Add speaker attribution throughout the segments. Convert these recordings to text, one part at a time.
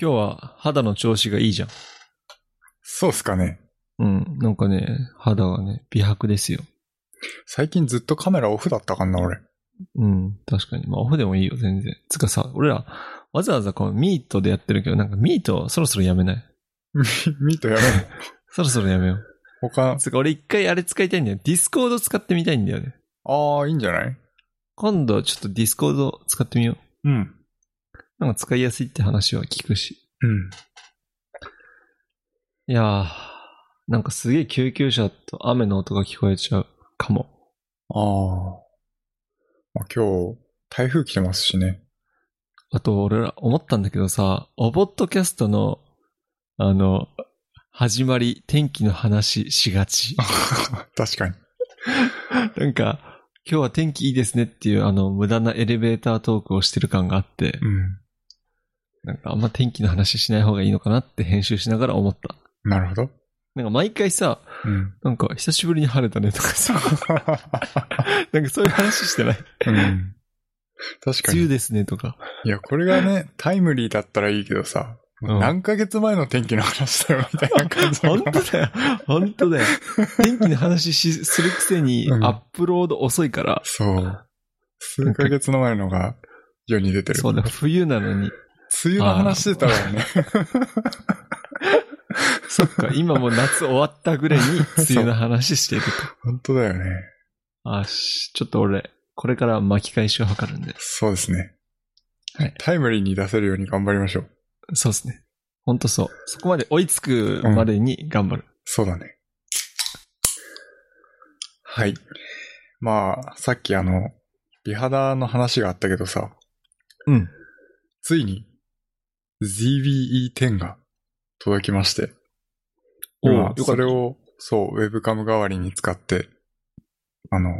Speaker 1: 今日は肌の調子がいいじゃん。
Speaker 2: そうっすかね。
Speaker 1: うん。なんかね、肌がね、美白ですよ。
Speaker 2: 最近ずっとカメラオフだったかな、俺。
Speaker 1: うん。確かに。まあ、オフでもいいよ、全然。つかさ、俺ら、わざわざこのミートでやってるけど、なんかミートそろそろやめない
Speaker 2: ミートやろう。
Speaker 1: そろそろやめよう。
Speaker 2: 他、
Speaker 1: つうか、俺一回あれ使いたいんだよ。ディスコード使ってみたいんだよね。
Speaker 2: ああ、いいんじゃない
Speaker 1: 今度ちょっとディスコード使ってみよう。
Speaker 2: うん。
Speaker 1: なんか使いやすいって話は聞くし。
Speaker 2: うん。
Speaker 1: いやー、なんかすげえ救急車と雨の音が聞こえちゃうかも。
Speaker 2: ああ。まあ、今日、台風来てます しね。
Speaker 1: あと俺ら思ったんだけどさ、オボットキャストの、あの、始まり、天気の話しが ち。
Speaker 2: 確かに。
Speaker 1: なんか、今日は天気いいですねっていうあの無駄なエレベータートークをしてる感があって、
Speaker 2: うん。
Speaker 1: なんかあんま天気の話しない方がいいのかなって編集しながら思った。
Speaker 2: なるほど。
Speaker 1: なんか毎回さ、
Speaker 2: うん。
Speaker 1: なんか久しぶりに晴れたねとか さ、なんかそういう話してない。
Speaker 2: うん。確か
Speaker 1: 梅
Speaker 2: に。
Speaker 1: 雨ですねとか。
Speaker 2: いや、これがね、タイムリーだったらいいけどさ、
Speaker 1: うん
Speaker 2: 何ヶ月前の天気の話だよ、みたいな感じが
Speaker 1: 本当だよ。本当 だよ。天気の話しするくせに
Speaker 2: うん
Speaker 1: アップロード遅いから。
Speaker 2: そう。数ヶ月の前のが世に出てる。
Speaker 1: そうだ、冬なのに。
Speaker 2: 梅雨の話してたわよね。
Speaker 1: そっか、今もう夏終わったぐらいに梅雨の話してると。
Speaker 2: 本当だよね。
Speaker 1: あし、ちょっと俺、これから巻き返しを図るんで。
Speaker 2: そうですね。
Speaker 1: はい
Speaker 2: タイムリーに出せるように頑張りましょう。
Speaker 1: そうですね。ほんとそう。そこまで追いつくまでに頑張る。
Speaker 2: そうだね。はい。まあ、さっきあの、美肌の話があったけどさ、
Speaker 1: うん。
Speaker 2: ついに ZBE10 が届きまして、
Speaker 1: おうよか
Speaker 2: 今
Speaker 1: っ、た
Speaker 2: それを、そう、ウェブカム代わりに使って、あの、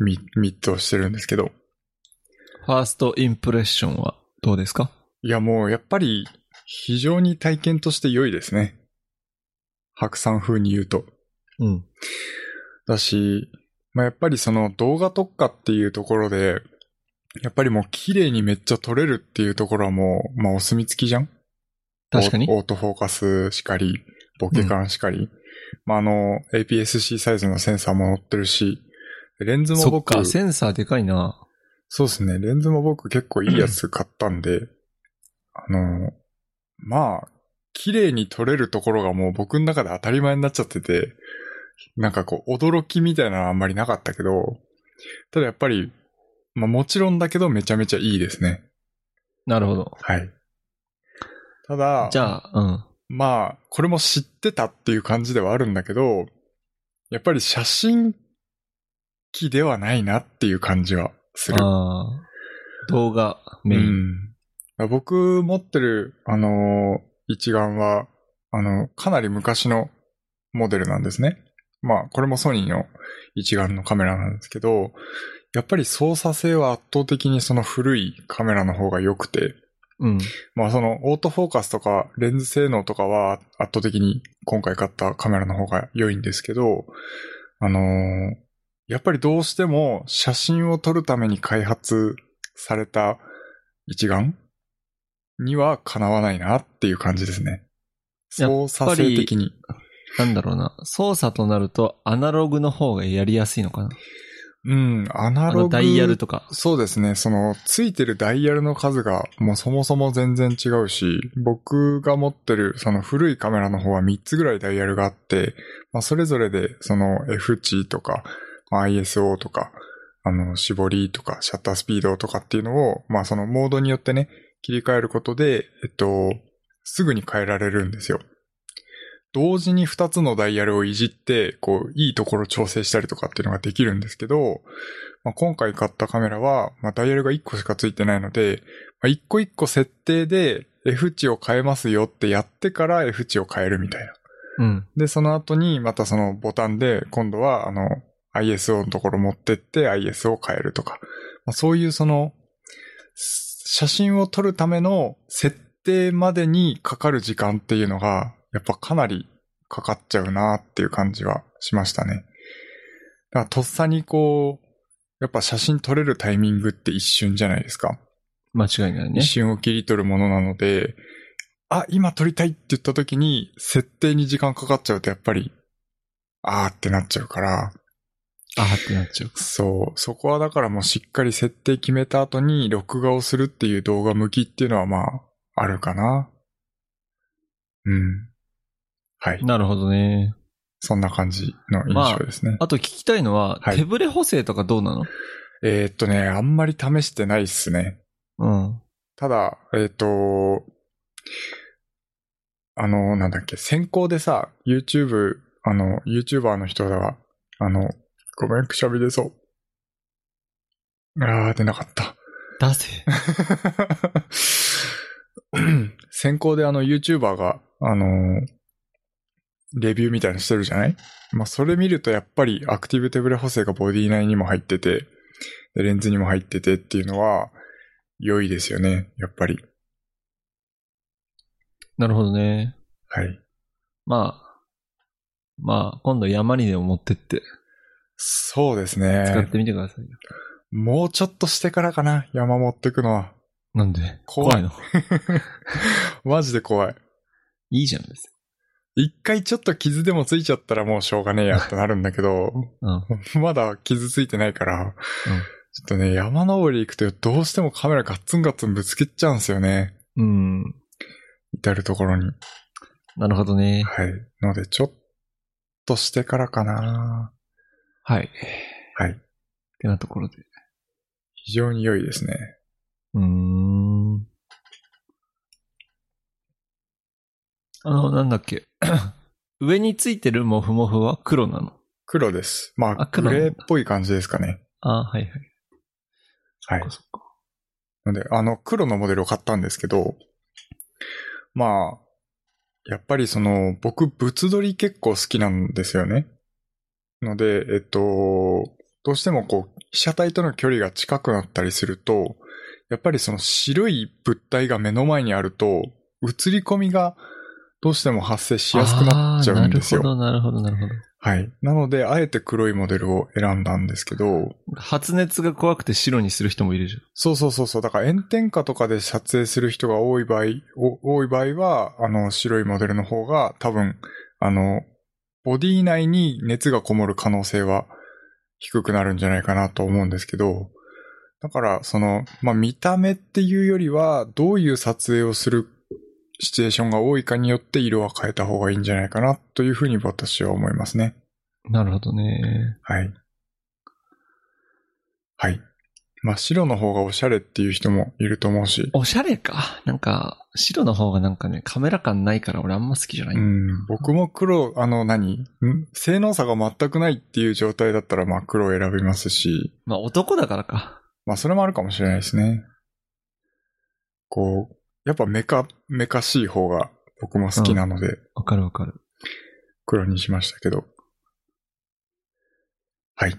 Speaker 2: ミミットをしてるんですけど、
Speaker 1: ファーストインプレッションはどうですか
Speaker 2: いやもうやっぱり非常に体験として良いですね。白山風に言うと。
Speaker 1: うん。
Speaker 2: だし、まあ、やっぱりその動画特化っていうところで、やっぱりもう綺麗にめっちゃ撮れるっていうところはもう、まあお墨付きじゃん
Speaker 1: 確かに
Speaker 2: オーオートフォーカスしかり、ボケ感しかり。まあ、あの、APS-C サイズのセンサーも乗ってるし、レンズも
Speaker 1: そっ
Speaker 2: 僕、
Speaker 1: か、センサーでかいな。
Speaker 2: そうですね、レンズも僕結構いいやつ買ったんで、あの、まあ、綺麗に撮れるところがもう僕の中で当たり前になっちゃってて、なんかこう、驚きみたいなのはあんまりなかったけど、ただやっぱり、まあもちろんだけどめちゃめちゃいいですね。
Speaker 1: なるほど。
Speaker 2: はい。ただ、
Speaker 1: じゃあ、うん。
Speaker 2: まあ、これも知ってたっていう感じではあるんだけど、やっぱり写真機ではないなっていう感じはする。
Speaker 1: ああ。動画メイン。
Speaker 2: うん、僕持ってる、あのー一眼は、あの、かなり昔のモデルなんですね。まあ、これもソニーの一眼のカメラなんですけど、やっぱり操作性は圧倒的にその古いカメラの方が良くて、
Speaker 1: うん。
Speaker 2: まあそのオートフォーカスとかレンズ性能とかは圧倒的に今回買ったカメラの方が良いんですけど、あのーやっぱりどうしても写真を撮るために開発された一眼にはかなわないなっていう感じですね。
Speaker 1: やっぱ
Speaker 2: 操
Speaker 1: り
Speaker 2: 作性的に。
Speaker 1: なんだろうな。操作となると、アナログの方がやりやすいのかな。
Speaker 2: うん、アナ
Speaker 1: あの、
Speaker 2: ログ。
Speaker 1: ダイヤルとか。
Speaker 2: そうですね。その、ついてるダイヤルの数が、もうそもそも全然違うし、僕が持ってる、その古いカメラの方は3つぐらいダイヤルがあって、まあ、それぞれで、その F 値とか、まあ ISO とか、あの、絞りとか、シャッタースピードとかっていうのを、まあ、そのモードによってね、切り替えることで、えっと、すぐに変えられるんですよ。同時に2つのダイヤルをいじって、こう、いいところ調整したりとかっていうのができるんですけど、まあ、今回買ったカメラは、まあ、ダイヤルが1個しかついてないので、まあ、1個1個設定で F 値を変えますよってやってから F 値を変えるみたいな。
Speaker 1: うん。
Speaker 2: で、その後にまたそのボタンで今度はあの ISO のところ持ってって IS を変えるとか。まあ、そういうそのす写真を撮るための設定までにかかる時間っていうのがやっぱかなりかかっちゃうなっていう感じはしましたね。だからとっさにこう、やっぱ写真撮れるタイミングって一瞬じゃないですか。
Speaker 1: 間違いないね
Speaker 2: 一。瞬を切り取るものなので、あ、今撮りたいって言った時に、設定に時間かかっちゃうとやっぱり、あーってなっちゃうから、
Speaker 1: あーってなっちゃう。
Speaker 2: そう、そこはだからもうしっかり設定決めた後に録画をするっていう動画向きっていうのはまあ、あるかな。うん。はい。
Speaker 1: なるほどね。
Speaker 2: そんな感じの印象ですね。
Speaker 1: あと聞きたいのは、
Speaker 2: はい
Speaker 1: 手ブレ補正とかどうなの
Speaker 2: えーっとね、あんまり試してないっすね。
Speaker 1: うん。
Speaker 2: ただ、えっ、と、あの、なんだっけ、先行でさ、YouTube、あの、YouTuber の人が、あの、ごめん、くしゃみ出そう。あー、出なかった。
Speaker 1: 出せ。
Speaker 2: 先行であの YouTuber が、あのレビューみたいなのしてるじゃないまあ、それ見るとやっぱりアクティブ手ブレ補正がボディ内にも入ってて、でレンズにも入っててっていうのは、良いですよね、やっぱり。
Speaker 1: なるほどね。
Speaker 2: はい。
Speaker 1: まあ、まあ、今度山にでも持ってって、
Speaker 2: そうです
Speaker 1: 使っ
Speaker 2: ね。
Speaker 1: てみてくださいよ。
Speaker 2: もうちょっとしてからかな、山持ってくのは。
Speaker 1: なんで
Speaker 2: 怖い
Speaker 1: の。
Speaker 2: マジで怖い。
Speaker 1: いいじゃんです。
Speaker 2: 一回ちょっと傷でもついちゃったらもうしょうがねえやってなるんだけど、
Speaker 1: うん。
Speaker 2: まだ傷ついてないから、ちょっとね、山登り行くとどうしてもカメラガッツンガッツンぶつけちゃうんですよね。
Speaker 1: うん。
Speaker 2: 至るところに。
Speaker 1: なるほどね。
Speaker 2: はい。ので、ちょっとしてからかな
Speaker 1: はい。
Speaker 2: はい。
Speaker 1: ってなところで。
Speaker 2: 非常に良いですね。
Speaker 1: うーん。あの、なんだっけ。 上についてるモフモフは黒なの。
Speaker 2: 黒です。まあ、
Speaker 1: あ
Speaker 2: グ
Speaker 1: 黒なんだ
Speaker 2: レーっぽい感じですかね。
Speaker 1: あはいはい。
Speaker 2: はい
Speaker 1: そっ。かそっか。
Speaker 2: ので、あの、黒のモデルを買ったんですけど、まあ、やっぱりその、僕、物撮り結構好きなんですよね。ので、えっと、どうしてもこう、被写体との距離が近くなったりすると、やっぱりその白い物体が目の前にあると、映り込みがどうしても発生しやすくなっちゃうんです
Speaker 1: あ
Speaker 2: よ。
Speaker 1: ーなるほど、なるほど、なる
Speaker 2: はい。なので、あえて黒いモデルを選んだんですけど、
Speaker 1: ほど。発熱が怖くて白にする人もいるじ
Speaker 2: そうそうそうそう。だから炎天下とかで撮影する人が多い場合、お多い場合は、あの、白いモデルの方が多分、あの、ボディ内に熱がこもる可能性は低くなるんじゃないかなと思うんですけど、だから、その、まあ、見た目っていうよりは、どういう撮影をするシチュエーションが多いかによって色は変えた方がいいんじゃないかなというふうに私は思いますね。
Speaker 1: ゃん。なるほどね。
Speaker 2: はい。はい。まあ、白の方がおしゃれっていう人もいると思うし、
Speaker 1: おしゃれか。なんか、白の方がなんかね、カメラ感ないから俺あんま好きじゃない。
Speaker 2: うん、僕も黒、あの何、ん性能差が全くないっていう状態だったら、まあ、黒を選びますし、
Speaker 1: まあ男だからか。
Speaker 2: まあ、それもあるかもしれないですね。こう、やっぱメカ、メカしい方が僕も好きなので、
Speaker 1: わかるわかる。
Speaker 2: 黒にしましたけど。はい。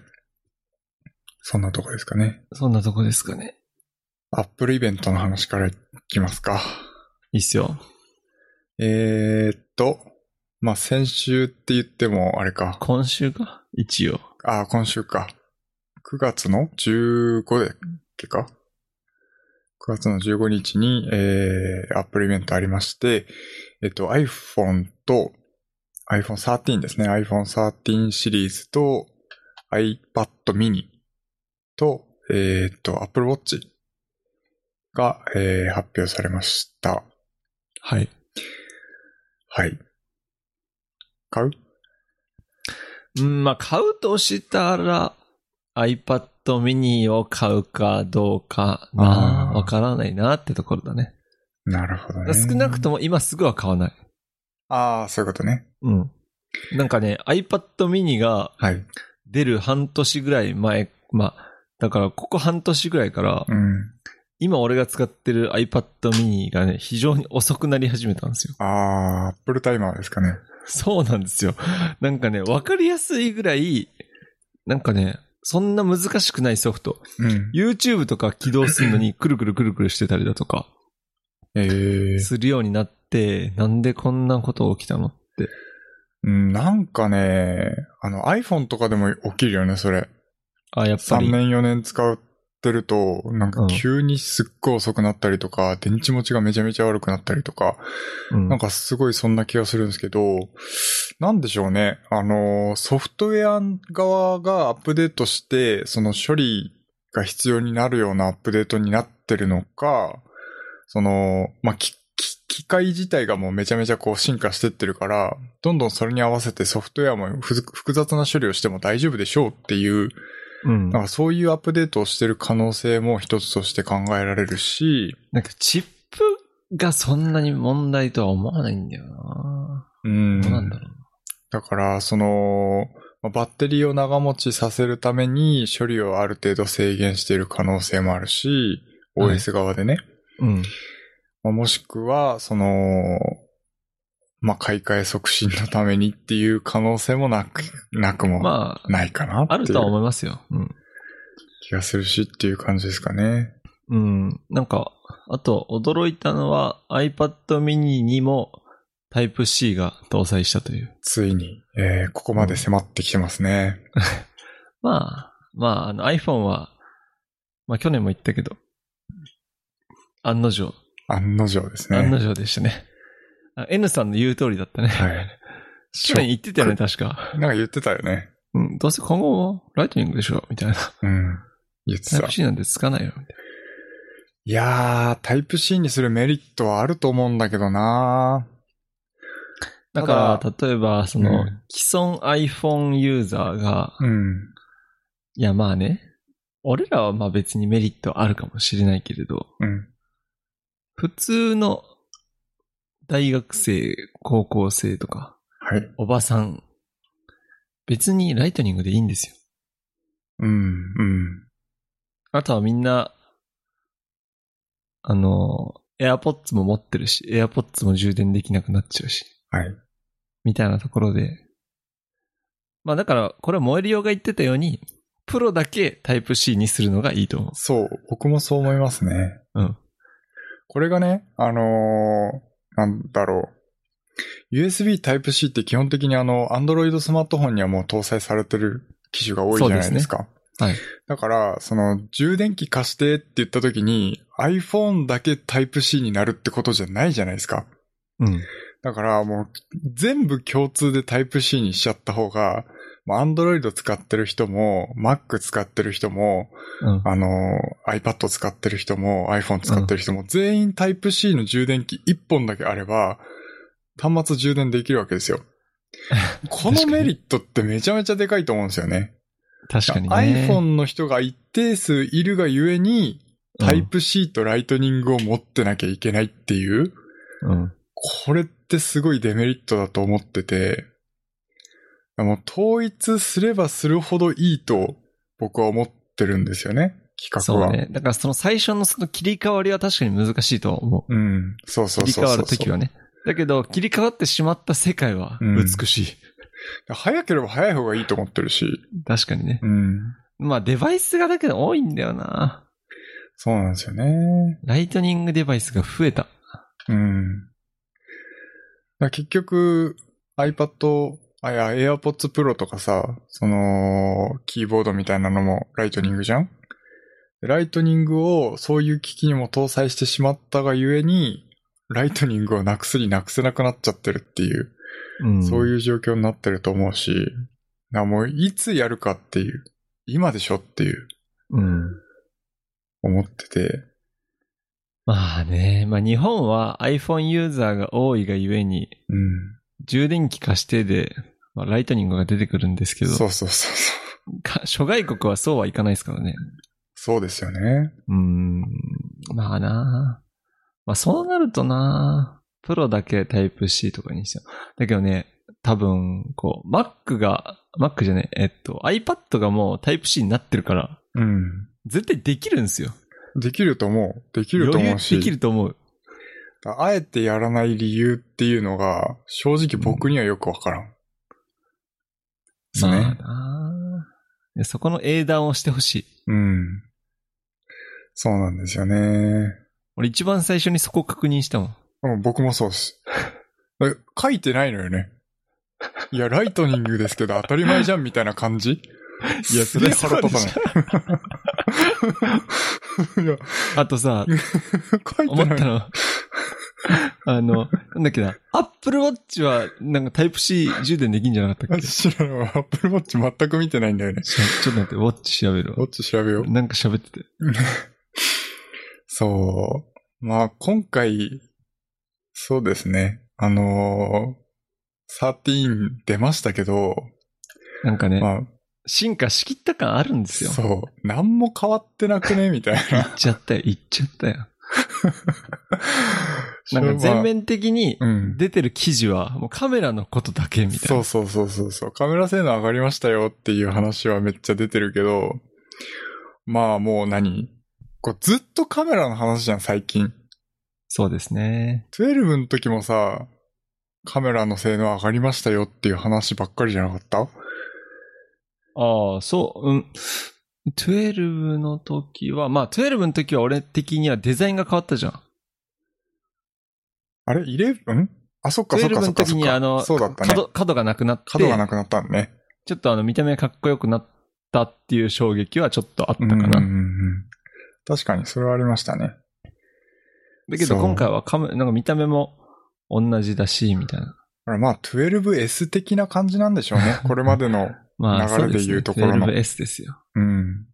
Speaker 2: そんなとこですかね。
Speaker 1: そんなとこですかね。
Speaker 2: アップルイベントの話からいきますか。
Speaker 1: いいっすよ。
Speaker 2: えー、っと、まあ、先週って言っても、あれか。
Speaker 1: 今週か一応。
Speaker 2: あ、今週か。9月の15だっけか。9月の15日に、えー、Apple イベントありまして、えっと、iPhone と、iPhone 13ですね。iPhone 13シリーズと、iPad mini と、えーっと、Apple Watch が、えー発表されました。
Speaker 1: はい。
Speaker 2: はい。買う
Speaker 1: うん、まあ買うとしたら iPad mini を買うかどうかな
Speaker 2: あ。ー
Speaker 1: わからないなってところだね。
Speaker 2: なるほどね。
Speaker 1: 少なくとも今すぐは買わない。
Speaker 2: ああ、そういうことね。
Speaker 1: うん。なんかね、iPad mini が
Speaker 2: はい。
Speaker 1: 出る半年ぐらい前、まあ、だからここ半年ぐらいから、
Speaker 2: うん。
Speaker 1: 今俺が使ってる iPad mini がね、非常に遅くなり始めたんですよ。
Speaker 2: ああ、アップルタイマーですかね。
Speaker 1: そうなんですよ。なんかね、わかりやすいぐらい、なんかね、そんな難しくないソフト。
Speaker 2: うん。
Speaker 1: YouTube とか起動するの にくるくるくるくるしてたりだとか、
Speaker 2: ええ
Speaker 1: するようになって、なんでこんなこと起きたのって。
Speaker 2: うんなんかね、あの iPhone とかでも起きるよね、それ。
Speaker 1: あ、やっぱ
Speaker 2: 3
Speaker 1: り。
Speaker 2: 年4年使うってると、なん
Speaker 1: う
Speaker 2: か
Speaker 1: ん
Speaker 2: 急にすっごい遅くなったりとか、電池持ちがめちゃめちゃ悪くなったりとか、
Speaker 1: うん
Speaker 2: なんかすごいそんな気がするんですけど、なんでしょうね。あの、ソフトウェア側がアップデートして、その処理が必要になるようなアップデートになってるのか、その、まあ、きき機械自体がもうめちゃめちゃこう進化してってるから、どんどんそれに合わせてソフトウェアもふず複雑な処理をしても大丈夫でしょうっていう、
Speaker 1: うん
Speaker 2: なんかそういうアップデートをしてる可能性も一つとして考えられるし、
Speaker 1: なんかチップがそんなに問題とは思わないんだよな。
Speaker 2: うん
Speaker 1: どうなんだろう。
Speaker 2: だから、その、まあバッテリーを長持ちさせるために処理をある程度制限している可能性もあるし、
Speaker 1: はい
Speaker 2: OS 側でね。
Speaker 1: うん。
Speaker 2: まあもしくは、その、まあ、買い替え促進のためにっていう可能性もなく、なくも
Speaker 1: まあ、
Speaker 2: ないかな
Speaker 1: あ
Speaker 2: っ
Speaker 1: る
Speaker 2: てい
Speaker 1: とは思
Speaker 2: う
Speaker 1: いますよ。うん。
Speaker 2: 気がするしっていう感じですかね。
Speaker 1: うん。なんか、あと驚いたのは iPad mini にも Type-C が搭載したという。
Speaker 2: ついに、えーここまで迫ってきてますね。
Speaker 1: まあ、まあ、あの iPhone は、まあ去年も言ったけど、案の定、
Speaker 2: 案の定ですね。
Speaker 1: 案の定でしたね。あ N さんの言う通りだったね。
Speaker 2: はい。
Speaker 1: 去年言ってたよね、確か。
Speaker 2: なんか言ってたよね。
Speaker 1: うん、どうせ今後もライトニングでしょ、みたいな。
Speaker 2: うん。言ってた
Speaker 1: Type-C なんてつかないよ、みたいな。
Speaker 2: いやー、タイプ C にするメリットはあると思うんだけどな
Speaker 1: だか
Speaker 2: た
Speaker 1: ら、例えば、その、
Speaker 2: うん
Speaker 1: 既存 iPhone ユーザーが、
Speaker 2: うん。
Speaker 1: いや、まあね、俺らはまあ別にメリットあるかもしれないけれど、
Speaker 2: うん。
Speaker 1: 普通の大学生、高校生とか、
Speaker 2: はい。
Speaker 1: おばさん、別にライトニングでいいんですよ。
Speaker 2: うん、うん。
Speaker 1: あとはみんな、あの、AirPods も持ってるし、AirPods も充電できなくなっちゃうし。
Speaker 2: はい。
Speaker 1: みたいなところで。まあだから、これは燃えるようが言ってたように、プロだけタイプ C にするのがいいと思
Speaker 2: そう、僕もそう思いますね。
Speaker 1: う。うん。
Speaker 2: これがね、あのーなんだろう。USB Type C って基本的にあの、Android スマートフォンにはもう搭載されてる機種が多いじゃないですか。
Speaker 1: はい。
Speaker 2: だから、その、充電器貸してって言った時に、iPhone だけ Type C になるってことじゃないじゃないですか。
Speaker 1: うん。
Speaker 2: だからもう全部共通でタイプ C にしちゃった方が、まあ Android 使ってる人も、Mac 使ってる人も、
Speaker 1: うん。
Speaker 2: あのー、iPad 使ってる人も、iPhone 使ってる人も、全員タイプ C の充電器1本だけあれば、端末充電できるわけで すよ。このメリットってめちゃめちゃでかいと思うんですよね。
Speaker 1: 確かにね。
Speaker 2: iPhone の人が一定数いるがゆえに、
Speaker 1: うん
Speaker 2: タイプ C とライトニングを持ってなきゃいけないっていう、
Speaker 1: うん。
Speaker 2: これってすごいデメリットだと思ってて、もう統一すればするほどいいと僕は思ってるんですよね、企
Speaker 1: そ
Speaker 2: 画は。
Speaker 1: うね。だからその最初のその切り替わりは確かに難しいとは思
Speaker 2: うん、そう
Speaker 1: う。
Speaker 2: そう
Speaker 1: 切り
Speaker 2: そうそう
Speaker 1: 替わるときはね。だけど、切り替わってしまった世界は
Speaker 2: うん
Speaker 1: 美しい。
Speaker 2: 早ければ早い方がいいと思ってるし、
Speaker 1: 確かにね
Speaker 2: う。ん、
Speaker 1: まあデバイスがだけど多いんだよな。
Speaker 2: そうなんですよね。
Speaker 1: ライトニングデバイスが増えた。
Speaker 2: うん。だから結局、iPad、あ、いや、AirPods Pro とかさ、その、キーボードみたいなのもライトニングじゃんでライトニングをそういう機器にも搭載してしまったがゆえに、ライトニングをなくすになくせなくなっちゃってるっていう、
Speaker 1: うん。
Speaker 2: そう
Speaker 1: う。
Speaker 2: いう状況になってると思うし、だからもういつやるかっていう、今でしょっていう、
Speaker 1: うん。
Speaker 2: 思ってて、
Speaker 1: まあね、まあ日本は iPhone ユーザーが多いがゆえに、
Speaker 2: うん。
Speaker 1: 充電器貸してで、まあ、ライトニングが出てくるんですけど、
Speaker 2: そうそうそうそう。
Speaker 1: か諸外国はそうはいかないですからね。
Speaker 2: そうですよね。
Speaker 1: うーん、まあなまあそうなるとなプロだけタイプ C とかにしてだけどね、多分、こう、Mac が、Mac じゃねえ、えっと、iPad がもうタイプ C になってるから、
Speaker 2: うん。
Speaker 1: 絶対できるんですよ。
Speaker 2: できると思う。できると思う
Speaker 1: 余
Speaker 2: し。
Speaker 1: 裕できると思う。
Speaker 2: あえてやらない理由っていうのが、正直僕にはよくわからん。です
Speaker 1: まあ
Speaker 2: ね。
Speaker 1: なでそこの英断をしてほしい。
Speaker 2: うん。そうなんですよね。
Speaker 1: 俺一番最初にそこ確認したもん。
Speaker 2: うん、僕もそうです。え書いてないのよね。いや、ライトニングですけど当たり前じゃんみたいな感じ
Speaker 1: いや、それは
Speaker 2: すげえ腹立たない。いや、
Speaker 1: あとさ、
Speaker 2: 書い
Speaker 1: 思
Speaker 2: て
Speaker 1: った
Speaker 2: ない。
Speaker 1: の。あの、なんだっけな。Apple Watch は、なんかタイプ C 充電できんじゃなかったっけちょ
Speaker 2: 知らないわ。アップルウォッチ全く見てないんだよね。
Speaker 1: ちょっと待って、ウォッチ調べる
Speaker 2: ウォ
Speaker 1: わ
Speaker 2: ッ。チ調べよう。
Speaker 1: なんか喋ってて。
Speaker 2: そう。まあ、今回、そうですね。あのー、13出ましたけど、
Speaker 1: なんかね、
Speaker 2: まあ、
Speaker 1: 進化しきった感あるんですよ。
Speaker 2: そう。何も変わってな くねみたいな。
Speaker 1: 行っちゃったよ、行っちゃったよ。なんか全面的に
Speaker 2: まあ、うん。
Speaker 1: 出てる記事は、もうカメラのことだけみたい
Speaker 2: そ
Speaker 1: な
Speaker 2: う。そうそうそうそう。カメラ性能上がりましたよっていう話はめっちゃ出てるけど、まあもう何こうずっとカメラの話じゃん、最近。
Speaker 1: そうですね。
Speaker 2: 12の時もさ、カメラの性能上がりましたよっていう話ばっかりじゃなかった
Speaker 1: ああ、そう、うん。12の時は、まあ、12の時は俺的にはデザインが変わったじゃん。
Speaker 2: あれ ?11? んあ、そっかそっ
Speaker 1: 12
Speaker 2: かそ
Speaker 1: の
Speaker 2: っか
Speaker 1: 時
Speaker 2: そっ
Speaker 1: に、
Speaker 2: か。
Speaker 1: あの、
Speaker 2: そうだったね。
Speaker 1: 角角がなくなって、
Speaker 2: 角がなくなったんね。
Speaker 1: ちょっとあの見た目かっこよくなったっていう衝撃はちょっとあったか
Speaker 2: うんうん
Speaker 1: な。
Speaker 2: うんうん確かに、それはありましたね。
Speaker 1: だけど
Speaker 2: そう
Speaker 1: 今回はカメなんか見た目も同じだし、みたいな。
Speaker 2: だからまあ、12S 的な感じなんでしょ うね。これまでの。
Speaker 1: まあ、
Speaker 2: 流れで言うところの
Speaker 1: そうですね 12S ですよ。
Speaker 2: うん。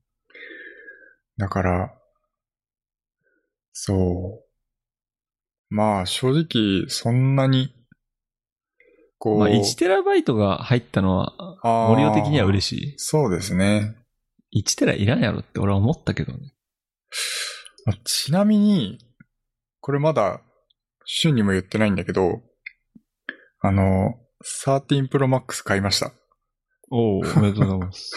Speaker 2: だから、そう。まあ、正直、そんなに、こう、
Speaker 1: まあ、1TB が入ったのは、森尾的には嬉
Speaker 2: し
Speaker 1: し
Speaker 2: い。そうですね。
Speaker 1: い。1TB いらんやろって俺は思ったけどね。
Speaker 2: あちなみに、これまだ、主にも言ってないんだけど、あの、13 Pro Max 買いました。
Speaker 1: おお、 おめでとうございます。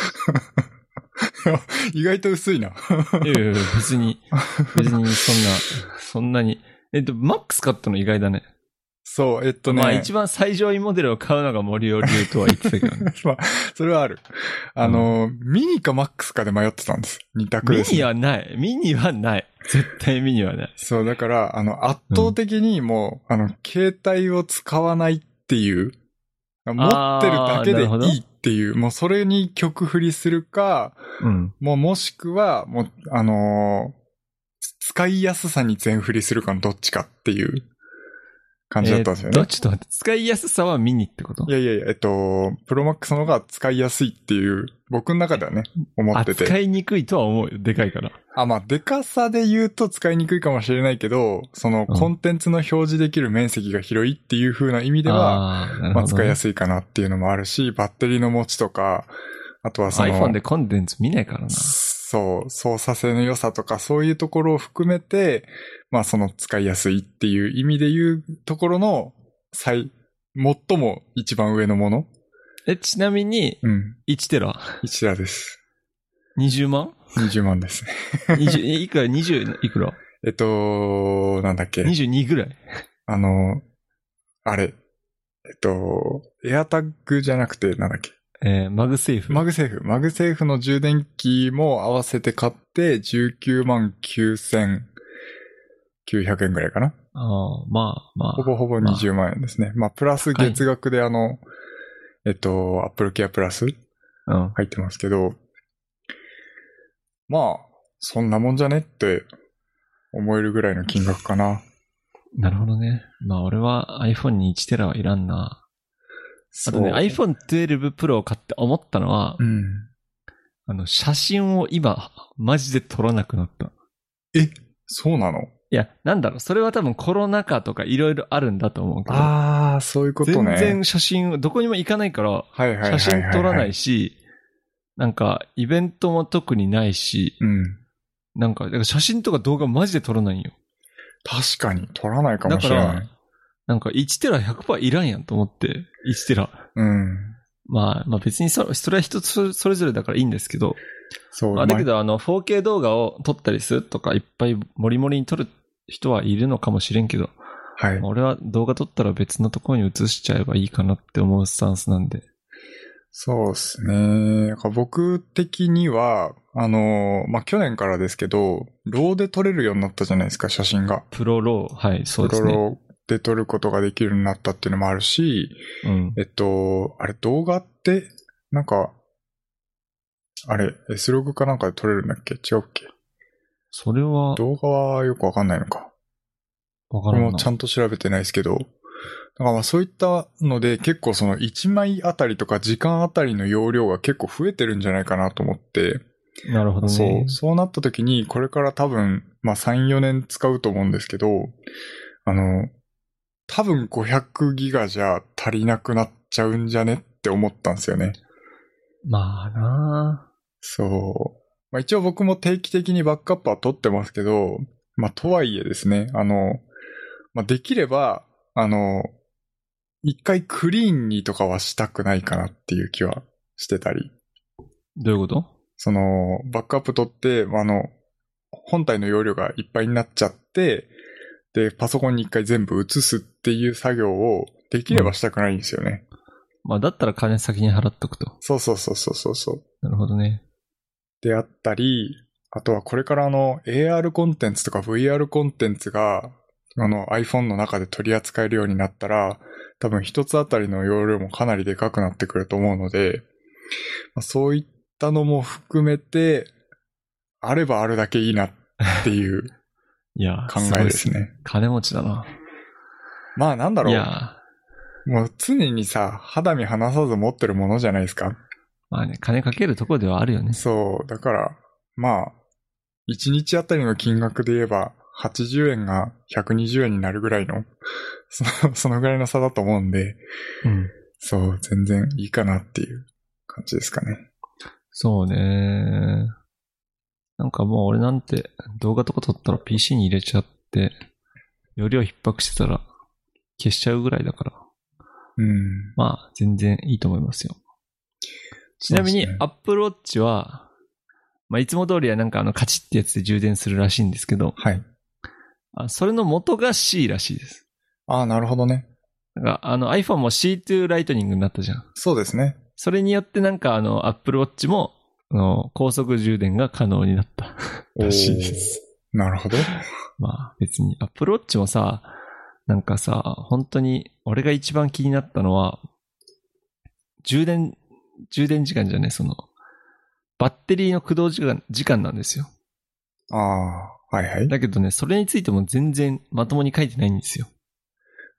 Speaker 2: 意外と薄いな。
Speaker 1: いやいやいや別に、別にそんな、そんなに。えっと、マックス買ったの意外だね。
Speaker 2: そう、えっとね。
Speaker 1: まあ一番最上位モデルを買うのが森尾流とは言ってたけどね。
Speaker 2: まあ、それはある。あの、ミニかマックスかで迷ってたんです。二択
Speaker 1: ミ
Speaker 2: です、
Speaker 1: ニはない。ミニはない。絶対ミニはない。
Speaker 2: そう、だから、あの、圧倒的にもう、あの、携帯を使わないっていう、持ってるだ
Speaker 1: な
Speaker 2: けで
Speaker 1: るほど
Speaker 2: いいっていう、もうそれに曲振りするか、
Speaker 1: うん。
Speaker 2: もうもしくは、もう、あのー使いやすさに全振りするかのどっちかっていう感じだったんですよ
Speaker 1: え
Speaker 2: ね
Speaker 1: ーっと。ちょっと待って。使いやすさはミニってこと
Speaker 2: いやいやいや、えっと、プロマックスの方が使いやすいっていう、僕の中ではね、思ってて。
Speaker 1: 扱いにくいとは思うよ。でかいから。
Speaker 2: あ、まあ、でかさで言うと使いにくいかもしれないけど、その
Speaker 1: うん
Speaker 2: コンテンツの表示できる面積が広いっていう風な意味では、
Speaker 1: あーなる
Speaker 2: ま
Speaker 1: ほ
Speaker 2: あ、
Speaker 1: ど
Speaker 2: 使い
Speaker 1: ね
Speaker 2: やすいかなっていうのもあるし、バッテリーの持ちとか、あとはその、
Speaker 1: iPhone でコンテンツ見ないからな。
Speaker 2: そう、操作性の良さとか、そういうところを含めて、まあ、その使いやすいっていう意味で言うところの、最、最も一番上のもの
Speaker 1: え、ちなみに、
Speaker 2: うん。
Speaker 1: 1テラ
Speaker 2: 一覧です。
Speaker 1: ?20 万
Speaker 2: 20万ですね。
Speaker 1: 20えいくら ?20 いくら
Speaker 2: えっと、なんだっけ。
Speaker 1: ?22 ぐらい。
Speaker 2: あの、あれ、えっと、エアタッグじゃなくて、なんだっけ。
Speaker 1: えーマグセーフ。
Speaker 2: マグセーフ。マグセーフの充電器も合わせて買って、19万9900円ぐらいかな。
Speaker 1: ああ、まあまあ。
Speaker 2: ほぼほぼ20万円ですね。まあ、プラス月額であの、えっと、Apple Care プラス
Speaker 1: うん。
Speaker 2: 入ってますけど、まあ、そんなもんじゃねって思えるぐらいの金額かな。
Speaker 1: なるほどね。まあ俺は iPhone に1テラはいらんな。あとね、
Speaker 2: そう
Speaker 1: iPhone 12 Pro を買って思ったのは、
Speaker 2: うん。
Speaker 1: あの、写真を今、マジで撮らなくなった。
Speaker 2: え、そうなの
Speaker 1: いや、なんだろう、それは多分コロナ禍とかいろいろあるんだと思うけど、
Speaker 2: ああ、そういうことね。
Speaker 1: 全然写真、どこにも行かないから、
Speaker 2: はいはいはいはいは
Speaker 1: 写
Speaker 2: い
Speaker 1: 真撮らない。し、なんか、イベントも特にないし、
Speaker 2: うん。
Speaker 1: なんか、だから写真とか動画マジで撮らないんよ。
Speaker 2: 確かに、撮らないか
Speaker 1: だ
Speaker 2: も
Speaker 1: か
Speaker 2: しれな
Speaker 1: ら
Speaker 2: い。、
Speaker 1: なんか1テラ100%いらんやんと思って、1テラ。
Speaker 2: うん。
Speaker 1: まあ、まあ別にそそれは人そそれぞれだからいいんですけど、
Speaker 2: そう、
Speaker 1: まあ、だけ
Speaker 2: ま
Speaker 1: どあの 4K 動画を撮ったりするとかいっぱいモリモリに撮る人はいるのかもしれんけど、
Speaker 2: あはい
Speaker 1: まあ。俺は動画撮ったら別のところに移しちゃえばいいかなって思うスタンスなんで。
Speaker 2: そうですね。なんか僕的には、あのー、まあ、去年からですけど、ローで撮れるようになったじゃないですか、写真が。
Speaker 1: プロロー、はい、そうで
Speaker 2: プ
Speaker 1: す
Speaker 2: ロ
Speaker 1: ね。
Speaker 2: ロで撮ることができるようになったっていうのもあるし、
Speaker 1: うん。
Speaker 2: えっと、あれ動画って、なんか、あれ、S ログかなんかで撮れるんだっけ違うっけ
Speaker 1: それは、
Speaker 2: 動画はよくわかんないのか。
Speaker 1: わ
Speaker 2: こ
Speaker 1: か
Speaker 2: れ
Speaker 1: らん
Speaker 2: も
Speaker 1: な
Speaker 2: ちゃんと調べてないですけど、だからまあそういったので結構その1枚あたりとか時間あたりの容量が結構増えてるんじゃないかなと思って、
Speaker 1: なるほどね。
Speaker 2: そう、そうなった時にこれから多分、まあ3、4年使うと思うんですけど、あの、多分500ギガじゃ足りなくなっちゃうんじゃねって思ったんですよね。
Speaker 1: まあな
Speaker 2: そう。まあ、一応僕も定期的にバックアップは取ってますけど、まあ、とはいえですね、あの、まあ、できれば、あの、一回クリーンにとかはしたくないかなっていう気はしてたり、
Speaker 1: どういうこと
Speaker 2: その、バックアップ取って、まああの、本体の容量がいっぱいになっちゃって、で、パソコンに一回全部移すっていう作業をできればしたくないんですよね。
Speaker 1: まあだったら金先に払っとくと。
Speaker 2: そうそうそうそうそうそう。
Speaker 1: なるほどね。
Speaker 2: であったり、あとはこれからあの AR コンテンツとか VR コンテンツがあの iPhone の中で取り扱えるようになったら、多分一つあたりの容量もかなりでかくなってくると思うので、まあ、そういったのも含めて、あればあるだけいいなっていう
Speaker 1: いや、
Speaker 2: 考
Speaker 1: すご
Speaker 2: え
Speaker 1: い
Speaker 2: で
Speaker 1: っ
Speaker 2: すね。
Speaker 1: 金持ちだな。
Speaker 2: まあなんだろ。
Speaker 1: いうや、
Speaker 2: もう常にさ、肌身離さず持ってるものじゃないですか。
Speaker 1: まあね、金かけるとこではあるよね。
Speaker 2: そう、だから、まあ、1日あたりの金額で言えば、80円が120円になるぐらいの、 その、そのぐらいの差だと思うんで、
Speaker 1: うん。
Speaker 2: そう、全然いいかなっていう感じですかね。
Speaker 1: そうね。なんかもう俺なんて動画とか撮ったら PC に入れちゃって、容量逼迫してたら消しちゃうぐらいだから、
Speaker 2: うん。
Speaker 1: まあ全然いいと思いますよ。ちなみに
Speaker 2: そうですね
Speaker 1: Apple Watch は、まあいつも通りはなんかあのカチッってやつで充電するらしいんですけど、
Speaker 2: はい。
Speaker 1: あそれの元が C らしいです。
Speaker 2: ああ、なるほどね。
Speaker 1: なんかあの iPhone も C2 ライトニングになったじゃん。
Speaker 2: そうですね。
Speaker 1: それによってなんかあの Apple Watch もあの高速充電が可能になった。らしいです。
Speaker 2: なるほど。
Speaker 1: まあ別に Apple Watch もさ、なんかさ、本当に俺が一番気になったのは、充電、充電時間じゃね、その、バッテリーの駆動時間、時間なんですよ。
Speaker 2: ああ、はいはい。
Speaker 1: だけどね、それについても全然まともに書いてないんですよ。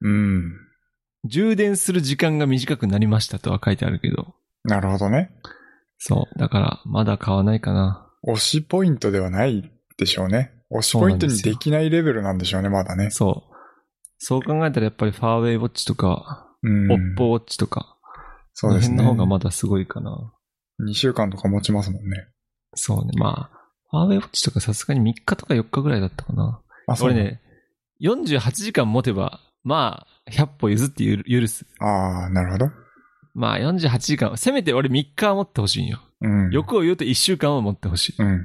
Speaker 2: うん。
Speaker 1: 充電する時間が短くなりましたとは書いてあるけど。
Speaker 2: なるほどね。
Speaker 1: そう。だから、まだ買わないかな。
Speaker 2: 推しポイントではないでしょうね。推し
Speaker 1: そう
Speaker 2: ポイ
Speaker 1: なん
Speaker 2: ント
Speaker 1: で
Speaker 2: に
Speaker 1: すよ
Speaker 2: できないレベルなんでしょうね、まだね。
Speaker 1: そう。そう考えたらやっぱりファーウェイウォッチとか、
Speaker 2: うん。
Speaker 1: オッポウォッチとか、
Speaker 2: そうですね。
Speaker 1: この辺の方がまだすごいかな。
Speaker 2: 2週間とか持ちますもんね。
Speaker 1: そうね。まあ、ファーウェイウォッチとかさすがに3日とか4日ぐらいだったかな。
Speaker 2: あ、そう
Speaker 1: 俺。ね、48時間持てば、まあ、100歩譲ってゆる許す。
Speaker 2: ああ、なるほど。
Speaker 1: まあ、48時間。せめて俺3日は持ってほしいんよ。
Speaker 2: うん。
Speaker 1: 欲を言うと1週間は持ってほしい。
Speaker 2: うん。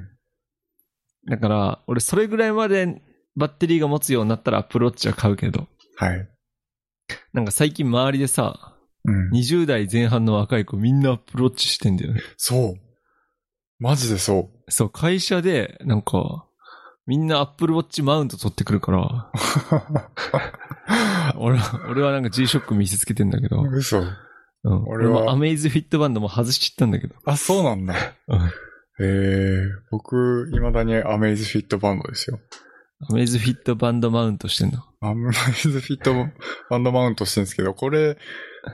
Speaker 1: だから、俺それぐらいまでバッテリーが持つようになったらアップルウォッチは買うけど。
Speaker 2: はい。
Speaker 1: なんか最近周りでさ、
Speaker 2: うん。
Speaker 1: 20代前半の若い子みんなアップルウォッチしてんだよね。
Speaker 2: そう。マジでそ
Speaker 1: そう、会社で、なんか、みんなアップルウォッチマウント取ってくるから、
Speaker 2: う。
Speaker 1: 俺は、俺はなんか G-SHOCK 見せつけてんだけど、
Speaker 2: 嘘。
Speaker 1: うん、俺
Speaker 2: 俺は
Speaker 1: もアメイズフィットバンドも外しちゃったんだけど、
Speaker 2: あ、そうなんだ。
Speaker 1: うん
Speaker 2: えー、僕、未だにアメイズフィットバンドですよ。
Speaker 1: アメイズフィットバンドマウントしてんの。
Speaker 2: アメイズフィットバンドマウントしてるんですけど、これ、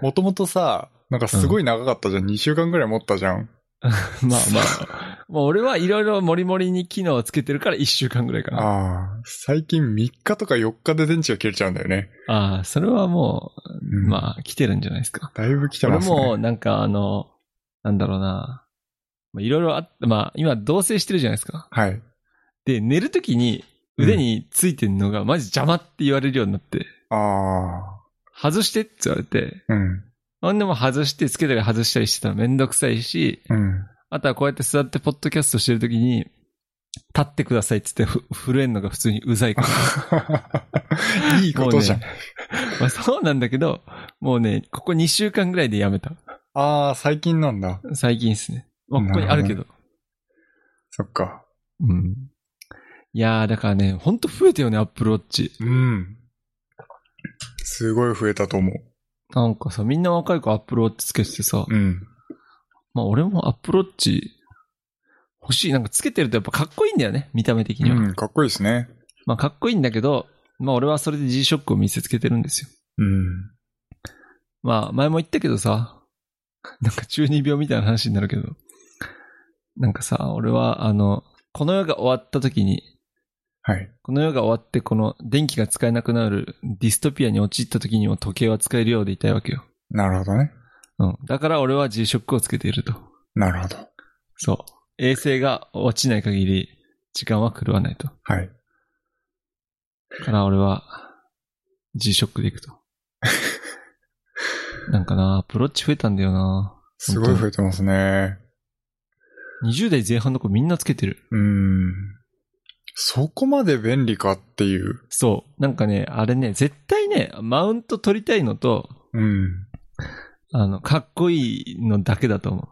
Speaker 2: もともとさ、なんかすごい長かったじゃん。2週間ぐらい持ったじゃん。
Speaker 1: まあまあ、もう俺はいろいろモリモリに機能をつけてるから1週間ぐらいかな。あ
Speaker 2: ああ、最近3日とか4日で電池が切れちゃうんだよね。
Speaker 1: あー、それはもう、
Speaker 2: うん
Speaker 1: まあ、来てるんじゃないですか。
Speaker 2: だいぶ来て
Speaker 1: 俺
Speaker 2: ますね。
Speaker 1: もなんかあの、なんだろうな、まあいろいろあって、まあ今同棲してるじゃないですか。
Speaker 2: はい。
Speaker 1: で、寝るときに腕についてんのがマジ邪魔って言われるようになって、
Speaker 2: ああ、
Speaker 1: 外してって言われて、
Speaker 2: うん、
Speaker 1: ほんでもう外して、つけたり外したりしてたらめんどくさいし、
Speaker 2: うん。
Speaker 1: あとはこうやって座ってポッドキャストしてるときに、立ってくださいって言ってふ震えんのが普通にうざいから。
Speaker 2: いいことじゃん。
Speaker 1: もうねまあそうなんだけど、もうね、ここ2週間ぐらいでやめた。
Speaker 2: ああ、最近なんだ。
Speaker 1: 最近ですね。まあ、ここにあるけど。
Speaker 2: そっか。
Speaker 1: うん。いやー、だからね、ほんと増えたよね、アップルウォッチ。
Speaker 2: うん。すごい増えたと思う。
Speaker 1: なんかさ、みんな若い子アップルウォッチつけててさ、
Speaker 2: うん。
Speaker 1: まあ俺もアップルウォッチ欲しい。なんかつけてるとやっぱかっこいいんだよね。見た目的には。
Speaker 2: うん、かっこいいですね。
Speaker 1: まあかっこいいんだけど、まあ俺はそれで G-SHOCK を見せつけてるんですよ。
Speaker 2: うん。
Speaker 1: まあ前も言ったけどさ、 なんか中二病みたいな話になるけど、なんかさ、俺はあの、この世が終わった時に、
Speaker 2: はい。
Speaker 1: この世が終わってこの電気が使えなくなるディストピアに陥った時にも時計は使えるようでいたいわけよ。
Speaker 2: なるほどね。
Speaker 1: うん。だから俺は G-SHOCK をつけていると。
Speaker 2: なるほど。
Speaker 1: そう。衛星が落ちない限り、時間は狂わないと。
Speaker 2: はい。
Speaker 1: だから俺は、G-SHOCK で行く と。なんかな、アプローチ増えたんだよな。
Speaker 2: すごい増えてますね。
Speaker 1: 20代前半の子みんなつけてる。
Speaker 2: うん。そこまで便利かっていう。
Speaker 1: そう。なんかね、あれね、絶対ね、マウント取りたいのと、
Speaker 2: うん。
Speaker 1: あの、かっこいいのだけだと思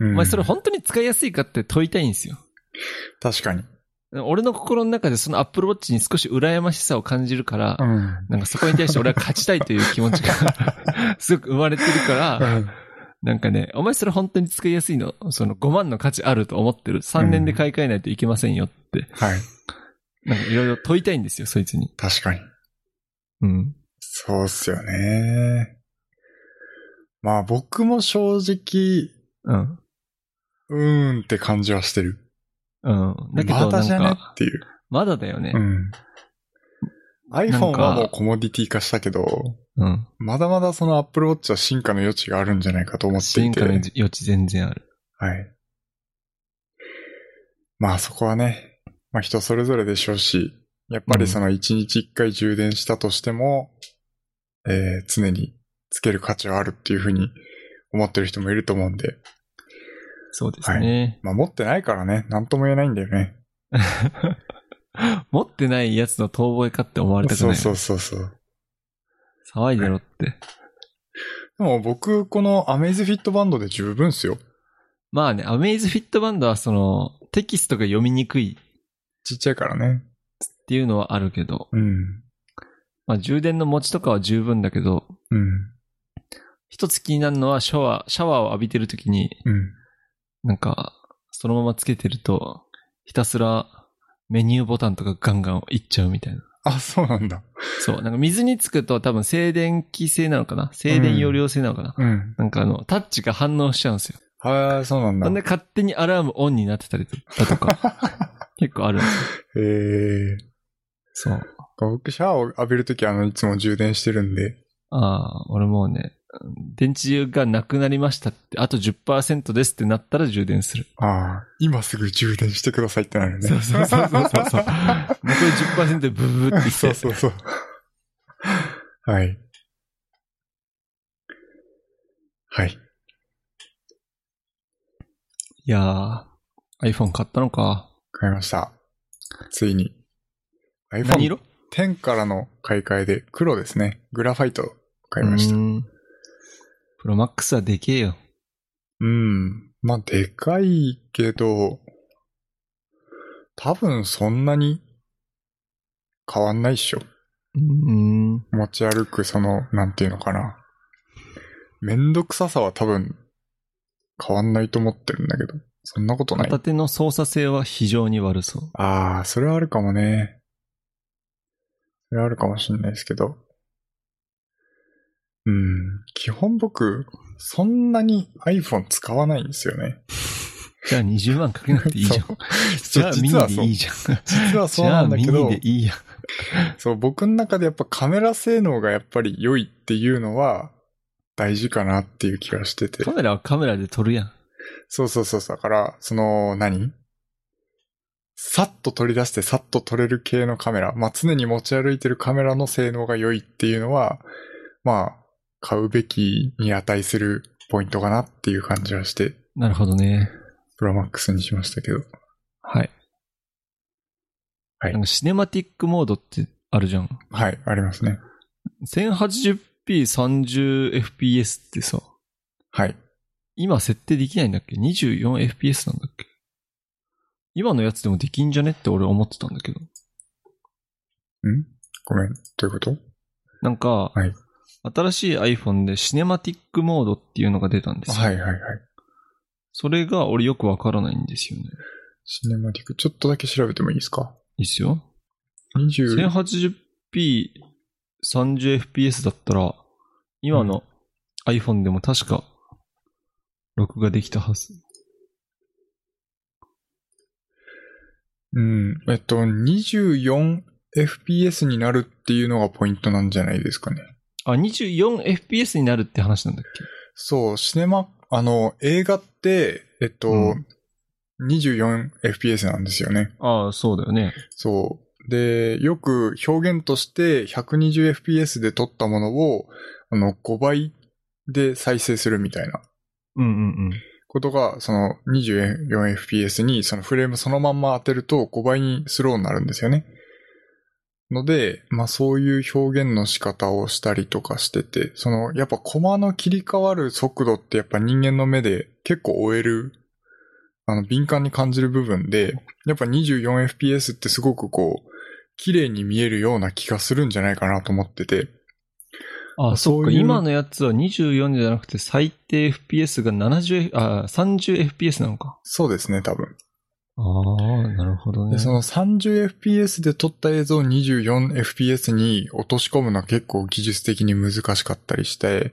Speaker 1: う。
Speaker 2: うん、
Speaker 1: お前それ本当に使いやすいかって問いたいんですよ。
Speaker 2: 確かに。
Speaker 1: 俺の心の中でそのアップルウォッチに少し羨ましさを感じるから、
Speaker 2: うん。
Speaker 1: なんかそこに対して俺は勝ちたいという気持ちが すごく生まれてるから、なんかね、お前それ本当に使いやすいの、その5万の価値あると思ってる。3年で買い替えないといけませんよって、
Speaker 2: はい。
Speaker 1: なんかいろいろ問いたいんですよ、そいつに。
Speaker 2: 確かに。
Speaker 1: うん。
Speaker 2: そうっすよね。まあ僕も正直、
Speaker 1: うん。
Speaker 2: うーんって感じはしてる。
Speaker 1: うん。だけど
Speaker 2: まだ
Speaker 1: なん
Speaker 2: じゃね
Speaker 1: か
Speaker 2: っ、ていう。
Speaker 1: まだだよね
Speaker 2: う。ん。
Speaker 1: なん
Speaker 2: iPhone
Speaker 1: か
Speaker 2: はもうコモディティ化したけど、
Speaker 1: うん。
Speaker 2: まだまだその Apple Watch は進化の余地があるんじゃないかと思ってい
Speaker 1: 進
Speaker 2: て。
Speaker 1: 化の余地全然ある。
Speaker 2: はい。まあそこはね、まあ人それぞれでしょうし、やっぱりその1日1回充電したとしても、えー常につける価値はあるっていうふうに思ってる人もいると思うんで、
Speaker 1: そうですね。
Speaker 2: まあ持ってないからね、なんとも言えないんだよね。
Speaker 1: 持ってないやつの遠吠えかって思われたく
Speaker 2: そ
Speaker 1: な
Speaker 2: う
Speaker 1: い。
Speaker 2: そうそうそう。
Speaker 1: 騒いでろって。
Speaker 2: でも僕、このアメイズフィットバンドで十分っすよ。
Speaker 1: まあね、アメイズフィットバンドはその、テキストが読みにくい
Speaker 2: ちっちゃいからね。
Speaker 1: っていうのはあるけど、
Speaker 2: うん。
Speaker 1: まあ充電の持ちとかは十分だけど、
Speaker 2: うん。
Speaker 1: 一つ気になるのはシャワー、シャワーを浴びてるときに、
Speaker 2: うん。
Speaker 1: なんか、そのままつけてると、ひたすらメニューボタンとかガンガンいっちゃうみたいな。
Speaker 2: あ、そうなんだ。
Speaker 1: そう、なんか水につくと多分静電気性なのかな静電容量性なのかな、
Speaker 2: うん。
Speaker 1: なんかあの、タッチが反応しちゃうんですよ。
Speaker 2: はい、そうなんだ
Speaker 1: なん。で勝手にアラームオンになってたりだとか、 結構あるんですよ。
Speaker 2: えー。
Speaker 1: そう。
Speaker 2: 僕、シャワーを浴びるとき、あの、いつも充電してるんで。
Speaker 1: ああ、俺もうね、電池がなくなりましたって、あと10%ですってなったら充電する。
Speaker 2: ああ、今すぐ充電してくださいってなる ね。
Speaker 1: そうそうそうそうそうそう残り10%でブブブってきて。
Speaker 2: そうそうそう。はい。はい。
Speaker 1: いやー、iPhone 買ったのか。
Speaker 2: 買いました。ついに。
Speaker 1: 何
Speaker 2: iPhone
Speaker 1: 色
Speaker 2: 10からの買い替えで、黒ですね。グラファイト買いました
Speaker 1: う。ーんプロマックスはでけえよ。
Speaker 2: うん。まあ、でかいけど、多分そんなに変わんないっしょ。
Speaker 1: うーん。
Speaker 2: 持ち歩くその、なんていうのかな。めんどくささは多分、変わんないと思ってるんだけど、そんなことない。
Speaker 1: 片手の操作性は非常に悪そう。
Speaker 2: ああ、それはあるかもね。それはあるかもしれないですけど。うん。基本僕、そんなに iPhone 使わないんですよね。
Speaker 1: じゃあ20万かけなくていいじゃん。じゃあミ
Speaker 2: 実は
Speaker 1: ニ
Speaker 2: そ
Speaker 1: で
Speaker 2: う
Speaker 1: いい。じゃん。
Speaker 2: 実はそうなんだけ
Speaker 1: じゃあ
Speaker 2: ど
Speaker 1: ミニ、でいいや。
Speaker 2: そう、僕の中でやっぱカメラ性能がやっぱり良いっていうのは大事かなっていう気がしてて
Speaker 1: カ。メラはカメラで撮るやん。
Speaker 2: そうそうそうそう。だから、その何、さっと取り出してさっと撮れる系のカメラ。まあ、常に持ち歩いてるカメラの性能が良いっていうのは、まあ、買うべきに値するポイントかなっていう感じはして、
Speaker 1: なるほどね。
Speaker 2: プロマックスにしましたけど。
Speaker 1: はい。
Speaker 2: はい
Speaker 1: なんかシネマティックモードってあるじゃん。
Speaker 2: はい、ありますね。
Speaker 1: 1080p30fps ってさ、
Speaker 2: はい。
Speaker 1: 今設定できないんだっけ ?24fps なんだっけ今のやつでもできんじゃねって俺思ってたんだけど。
Speaker 2: んごめん。どういうこと
Speaker 1: なんか、
Speaker 2: はい
Speaker 1: 新しい iPhone でシネマティックモードっていうのが出たんですよ。
Speaker 2: はいはいはい。
Speaker 1: それが俺よくわからないんですよね。
Speaker 2: シネマティック、ちょっとだけ調べてもいいですか
Speaker 1: いいっすよ。
Speaker 2: 20
Speaker 1: 1080p、30fps だったら、今の iPhone でも確か、録画できたはず。
Speaker 2: うん。えっと、24fps になるっていうのがポイントなんじゃないですかね。
Speaker 1: あ、24fps になるって話なんだっけ
Speaker 2: そう、シネマ、あの、映画って、えっと、
Speaker 1: う
Speaker 2: 24fps なんですよね。
Speaker 1: ああ、そうだよね。
Speaker 2: そう。で、よく表現として 120fps で撮ったものを、あの、5倍で再生するみたいな
Speaker 1: うんうんうん。
Speaker 2: ことが、その 24fps にそのフレームそのまんま当てると5倍にスローになるんですよね。ので、まあそういう表現の仕方をしたりとかしてて、そのやっぱコマの切り替わる速度ってやっぱ人間の目で結構追える、あの敏感に感じる部分で、やっぱ 24fps ってすごくこう、綺麗に見えるような気がするんじゃないかなと思ってて、
Speaker 1: ああ、そ
Speaker 2: そうう
Speaker 1: か。
Speaker 2: いう
Speaker 1: 今のやつは24じゃなくて、最低 FPS が70、ああ、30fps なのか。
Speaker 2: そうですね、多分。
Speaker 1: ああ、なるほどね。
Speaker 2: で、その 30fps で撮った映像を 24fps に落とし込むのは結構技術的に難しかったりして、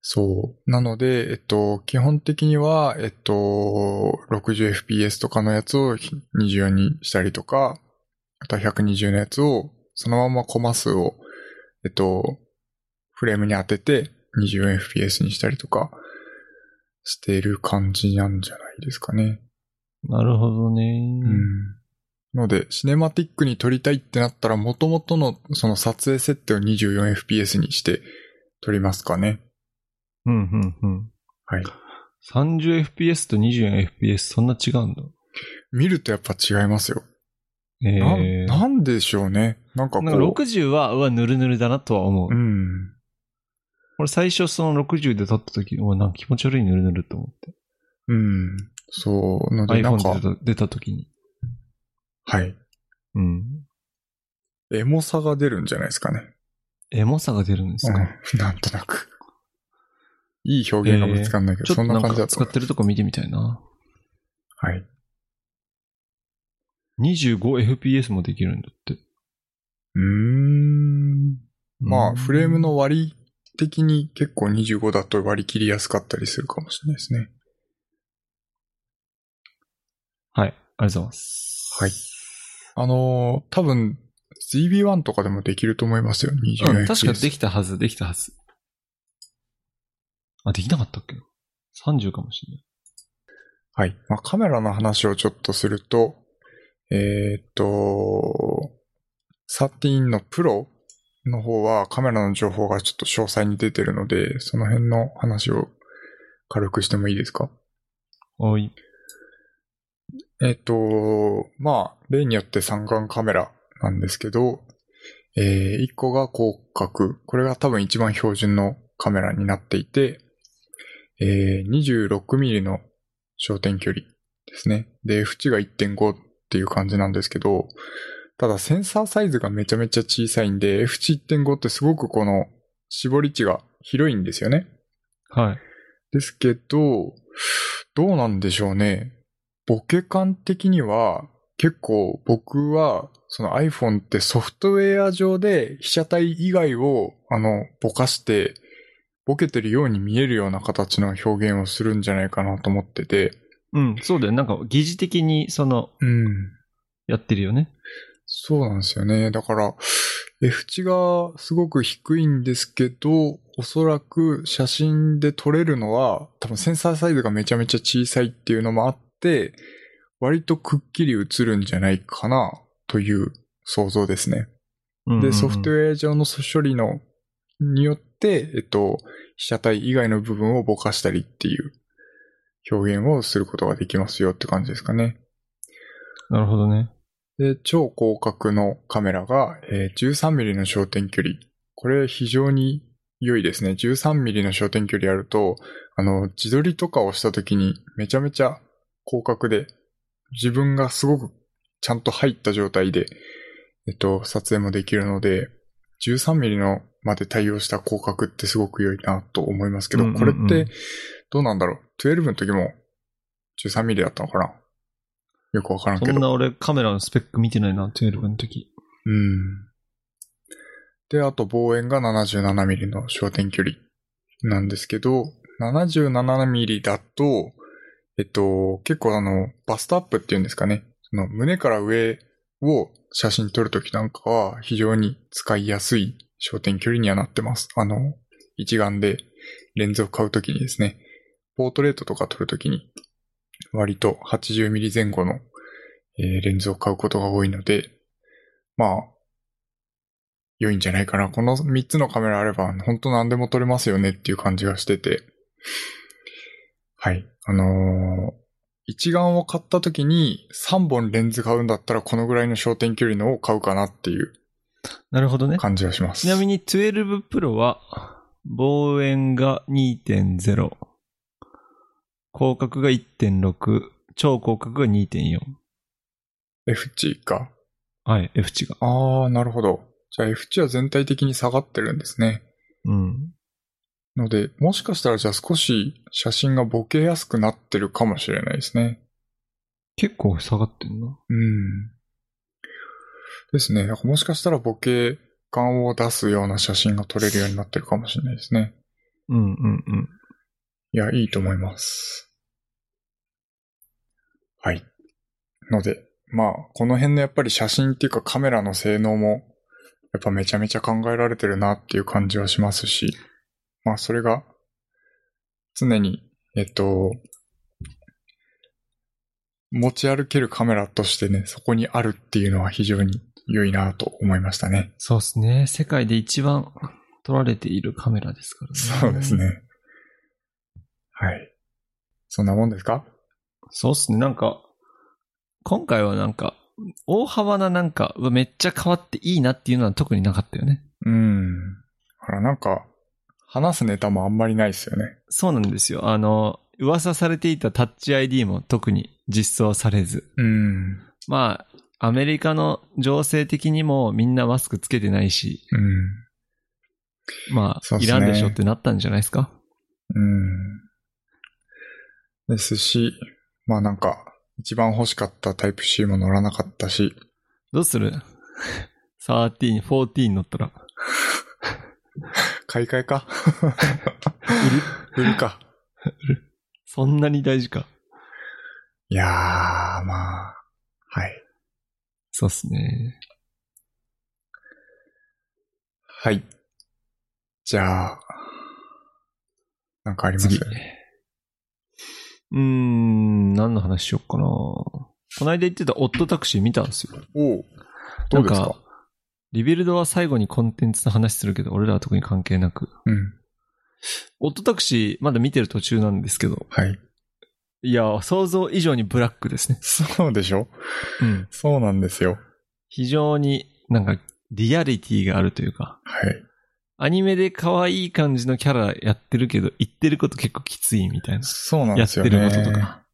Speaker 2: そう。なので、えっと、基本的には、えっと、60fps とかのやつを24にしたりとか、あとは120のやつを、そのままコマ数を、えっと、フレームに当てて 24fps にしたりとか、してる感じなんじゃないですかね。
Speaker 1: なるほどね。
Speaker 2: ので、シネマティックに撮りたいってなったら、元々のその撮影設定を 24fps にして撮りますかね。
Speaker 1: うん、うん、うん。
Speaker 2: はい。
Speaker 1: 30fps と 24fps、そんな違うんだ。
Speaker 2: 見るとやっぱ違いますよ。
Speaker 1: ええ
Speaker 2: ななんでしょうね。なんかこう。
Speaker 1: なんか60は、うわ、ぬるぬるだなとは思う。
Speaker 2: うん。
Speaker 1: 俺最初その60で立った時、うわ、なんか気持ち悪いぬるぬると思って。
Speaker 2: うん。そう。ので、なんか
Speaker 1: iPhone で出た出た時に。
Speaker 2: はい。
Speaker 1: うん。
Speaker 2: エモさが出るんじゃないですかね。
Speaker 1: エモさが出るんですか、
Speaker 2: うん。 なんとなく。いい表現が見つかんないけ
Speaker 1: ちょ
Speaker 2: ど、
Speaker 1: っと
Speaker 2: そん
Speaker 1: な
Speaker 2: なん感じ
Speaker 1: か
Speaker 2: だと
Speaker 1: 使っ
Speaker 2: 思う。
Speaker 1: てるとこ見てみたいな。
Speaker 2: はい。
Speaker 1: 25fps もできるんだって。
Speaker 2: うーん。ま
Speaker 1: う
Speaker 2: あ、
Speaker 1: ん
Speaker 2: フレームの割的に結構25だと割り切りやすかったりするかもしれないですね。
Speaker 1: はい。ありがとうございます。
Speaker 2: はい。あのー多分 ZB1 とかでもできると思いますよ、24fps。
Speaker 1: うん、確かできたはず、できたはず。あ、できなかったっけ ?30 かもしれない。
Speaker 2: はい。まあ、カメラの話をちょっとすると、えーっと、13のプロの方はカメラの情報がちょっと詳細に出てるので、その辺の話を軽くしてもいいですか
Speaker 1: おい。
Speaker 2: えっと、まあ、例によって三眼カメラなんですけど、えー、1個が広角。これが多分一番標準のカメラになっていて、えー、26mm の焦点距離ですね。で、縁が1.5っていう感じなんですけど、ただセンサーサイズがめちゃめちゃ小さいんで、F 値1.5ってすごくこの絞り値が広いんですよね。
Speaker 1: はい。
Speaker 2: ですけど、どうなんでしょうね。ボケ感的には、結構僕は、その iPhone ってソフトウェア上で被写体以外を、あの、ぼかして、ボケてるように見えるような形の表現をするんじゃないかなと思ってて。
Speaker 1: うん、そうだよ。なんか、疑似的に、その、
Speaker 2: うん。
Speaker 1: やってるよね。
Speaker 2: そうなんですよね。だから、F 値がすごく低いんですけど、おそらく写真で撮れるのは、多分センサーサイズがめちゃめちゃ小さいっていうのもあって、割とくっきり映るんじゃないかなという想像ですね。で、ソフトウ
Speaker 1: ェ
Speaker 2: ェア上の処理のによって、えっと、被写体以外の部分をぼかしたりっていう表現をすることができますよって感じですかね。
Speaker 1: ア。なるほどね。
Speaker 2: で、超広角のカメラが、えー 13mm の焦点距離。これ非常に良いですね。13mm の焦点距離あると、あの、自撮りとかをした時にめちゃめちゃ広角で、自分がすごくちゃんと入った状態で、えっと、撮影もできるので、13mm のまで対応した広角ってすごく良いなと思いますけど、
Speaker 1: うんうんう
Speaker 2: これ
Speaker 1: ん
Speaker 2: ってどうなんだろう ?12 の時も 13mm だったのかなよくわからんけ
Speaker 1: そん
Speaker 2: ど。
Speaker 1: な俺カメラのスペック見てないな、12の時。
Speaker 2: うん。で、あと望遠が 77mm の焦点距離なんですけど、77mm だと、えっと、結構あの、バストアップっていうんですかね。その胸から上を写真撮るときなんかは非常に使いやすい焦点距離にはなってます。あの、一眼でレンズを買うときにですね、ポートレートとか撮るときに割と 80mm 前後の、えーレンズを買うことが多いので、まあ、良いんじゃないかな。この3つのカメラあれば、本当何でも撮れますよねっていう感じがしてて。はい。あのー一眼を買った時に3本レンズ買うんだったらこのぐらいの焦点距離のを買うかなっていう
Speaker 1: なるほどね。
Speaker 2: 感じがします。
Speaker 1: ちなみに12プロは、望遠が2.0、広角が1.6、超広角が2.4。
Speaker 2: F 値か。
Speaker 1: はい、F 値が。
Speaker 2: あー、なるほど。じゃあ F 値は全体的に下がってるんですね。
Speaker 1: うん。
Speaker 2: ので、もしかしたらじゃあ少し写真がボケやすくなってるかもしれないですね。
Speaker 1: 結構下がってんな。
Speaker 2: うん。ですね。なんかもしかしたらボケ感を出すような写真が撮れるようになってるかもしれないですね。
Speaker 1: うんうんうん。
Speaker 2: いや、いいと思います。はい。ので、まあ、この辺のやっぱり写真っていうかカメラの性能も、やっぱめちゃめちゃ考えられてるなっていう感じはしますし、まあ、それが、常に、えっと、持ち歩けるカメラとしてね、そこにあるっていうのは非常に良いなと思いましたね。
Speaker 1: そうですね。世界で一番撮られているカメラですからね。
Speaker 2: そうです。ね。はい。そんなもんですか
Speaker 1: そうっすね。なんか、今回はなんか、大幅ななんか、うわめっちゃ変わっていいなっていうのは特になかったよね。
Speaker 2: うん。ほら、なんか、話すネタもあんまりないですよね。
Speaker 1: そうなんですよ。あの、噂されていたタッチ ID も特に実装されず。
Speaker 2: うん。うん。
Speaker 1: まあ、アメリカの情勢的にもみんなマスクつけてないし、まあ、
Speaker 2: そうっす
Speaker 1: い
Speaker 2: ね
Speaker 1: らんでしょってなったんじゃないですか。
Speaker 2: うん。ですし、まあなんか、一番欲しかったタイプ C も乗らなかったし、
Speaker 1: どうする ?13、14乗ったら。
Speaker 2: 買い替えか売る売るか。
Speaker 1: そんなに大事か。
Speaker 2: いやー、まあ、はい。
Speaker 1: そうっすね。
Speaker 2: はい。じゃあ、なんかあります
Speaker 1: 次。うーん、何の話しよっかな。この間言ってたオットタクシー見たんですよ。
Speaker 2: おうどうですか
Speaker 1: なんリビルドは最後にコンテンツの話するけど、俺らは特に関係なく。
Speaker 2: うん。
Speaker 1: オットタクシー、まだ見てる途中なんですけど。
Speaker 2: はい。
Speaker 1: いや、想像以上にブラックですね。
Speaker 2: そうでしょそうなんですよ。
Speaker 1: 非常になんか、リアリティがあるというか、
Speaker 2: はい。
Speaker 1: アニメで可愛い感じのキャラやってるけど、言ってること結構きついみたいな。
Speaker 2: そうなん
Speaker 1: や
Speaker 2: で
Speaker 1: っ
Speaker 2: す
Speaker 1: て
Speaker 2: よね。
Speaker 1: ることとか。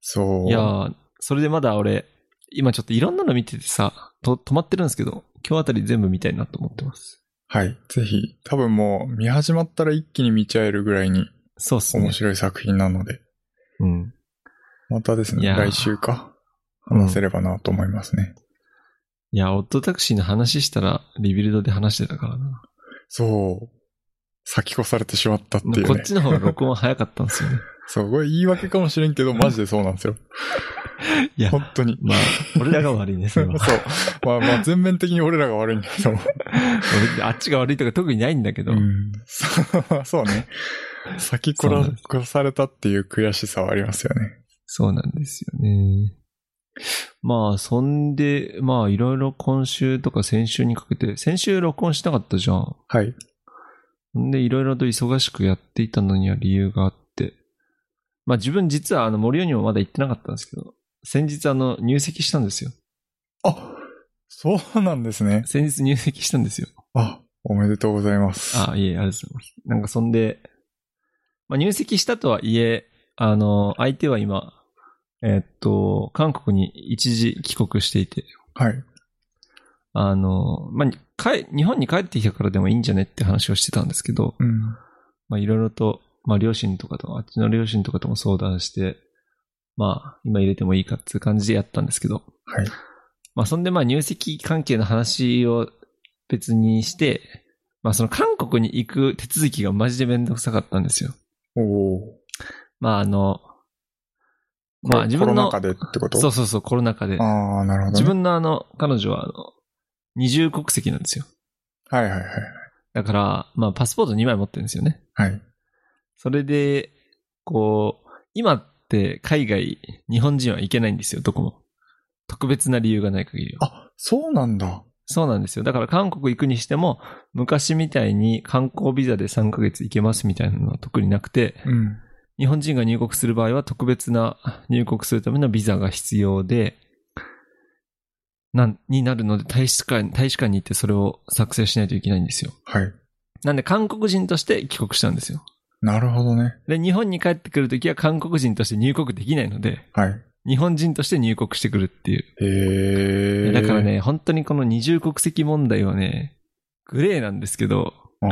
Speaker 2: そう。
Speaker 1: いやー、それでまだ俺、今ちょっといろんなの見ててさ、と止まってるんですけど、今日あたり全部見たいなと思ってます。
Speaker 2: はい。ぜひ、多分もう見始まったら一気に見ちゃえるぐらいに
Speaker 1: そうっすね
Speaker 2: 面。白い作品なので、
Speaker 1: うん。
Speaker 2: またです
Speaker 1: い
Speaker 2: ね、
Speaker 1: やー
Speaker 2: 来週か、
Speaker 1: うん
Speaker 2: 話せればなと思いますね。
Speaker 1: いや、オットタクシーの話したら、リビルドで話してたからな。
Speaker 2: そう。先越されてしまったっていうね。
Speaker 1: こっちの方が録音早かったんですよ ね。
Speaker 2: そう、これ言い訳かもしれ んけど、マジでそうなんですよ。
Speaker 1: いや
Speaker 2: 本当に。
Speaker 1: まあ、俺らが悪いね、そ
Speaker 2: そう
Speaker 1: れ
Speaker 2: そ
Speaker 1: は
Speaker 2: う。。まあまあ、全面的に俺らが悪いんだけ ど。
Speaker 1: 俺あっちが悪いとか特にないんだけど、
Speaker 2: うん。そうそうね。先
Speaker 1: そうなん
Speaker 2: 殺
Speaker 1: です
Speaker 2: 殺されたっていう悔しさはありますよね。
Speaker 1: そうなんですよね。まあ、そんで、まあ、いろいろ今週とか先週にかけて、先週録音しなかったじゃん。
Speaker 2: はい。
Speaker 1: んで、いろいろと忙しくやっていたのには理由があって、まあ自分実はあの森尾にもまだ行ってなかったんですけど、先日あの入籍したんですよ。
Speaker 2: あ、そうなんですね。
Speaker 1: 先日入籍したんですよ。
Speaker 2: あ、おめでとうございます。
Speaker 1: あ、いえ、ありがとうございます。なんかそんで、まあ、入籍したとはいえ、あの、相手は今、えっと、韓国に一時帰国していて、
Speaker 2: はい。
Speaker 1: あの、まあ、に帰日本に帰ってきたからでもいいんじゃねって話をしてたんですけど、
Speaker 2: うん。
Speaker 1: まあ、いろいろと、まあ、両親とかと、あっちの両親とかとも相談して、まあ、今入れてもいいかっていう感じでやったんですけど。
Speaker 2: はい。
Speaker 1: まあ、そんでまあ入籍関係の話を別にして、まあその韓国に行く手続きがマジでめんどくさかったんですよ。
Speaker 2: おお。
Speaker 1: まああの、まあ自分
Speaker 2: コロ
Speaker 1: の、
Speaker 2: ナ禍でってこと
Speaker 1: そうそうそう、コロナ禍で。
Speaker 2: ああ、なるほど、ね。
Speaker 1: 自分のあの、彼女はあの、二重国籍なんですよ。
Speaker 2: はいはいはい。
Speaker 1: だから、まあパスポート2枚持ってるんですよね。
Speaker 2: はい。
Speaker 1: それで、こう、今って海外、日本人は行けないんですよ、どこも。特別な理由がない限りは。
Speaker 2: あ、そうなんだ。
Speaker 1: そうなんですよ。だから韓国行くにしても、昔みたいに観光ビザで3ヶ月行けますみたいなのは特になくて、
Speaker 2: うん。
Speaker 1: 日本人が入国する場合は特別な入国するためのビザが必要で、なん、になるので大使館、大使館に行ってそれを作成しないといけないんですよ。
Speaker 2: はい。
Speaker 1: なんで韓国人として帰国したんですよ。
Speaker 2: なるほどね。
Speaker 1: で、日本に帰ってくるときは韓国人として入国できないので、
Speaker 2: はい。
Speaker 1: 日本人として入国してくるっていう。
Speaker 2: へえ。
Speaker 1: だから。ね、本当にこの二重国籍問題はね、グレーなんですけど、
Speaker 2: ああ。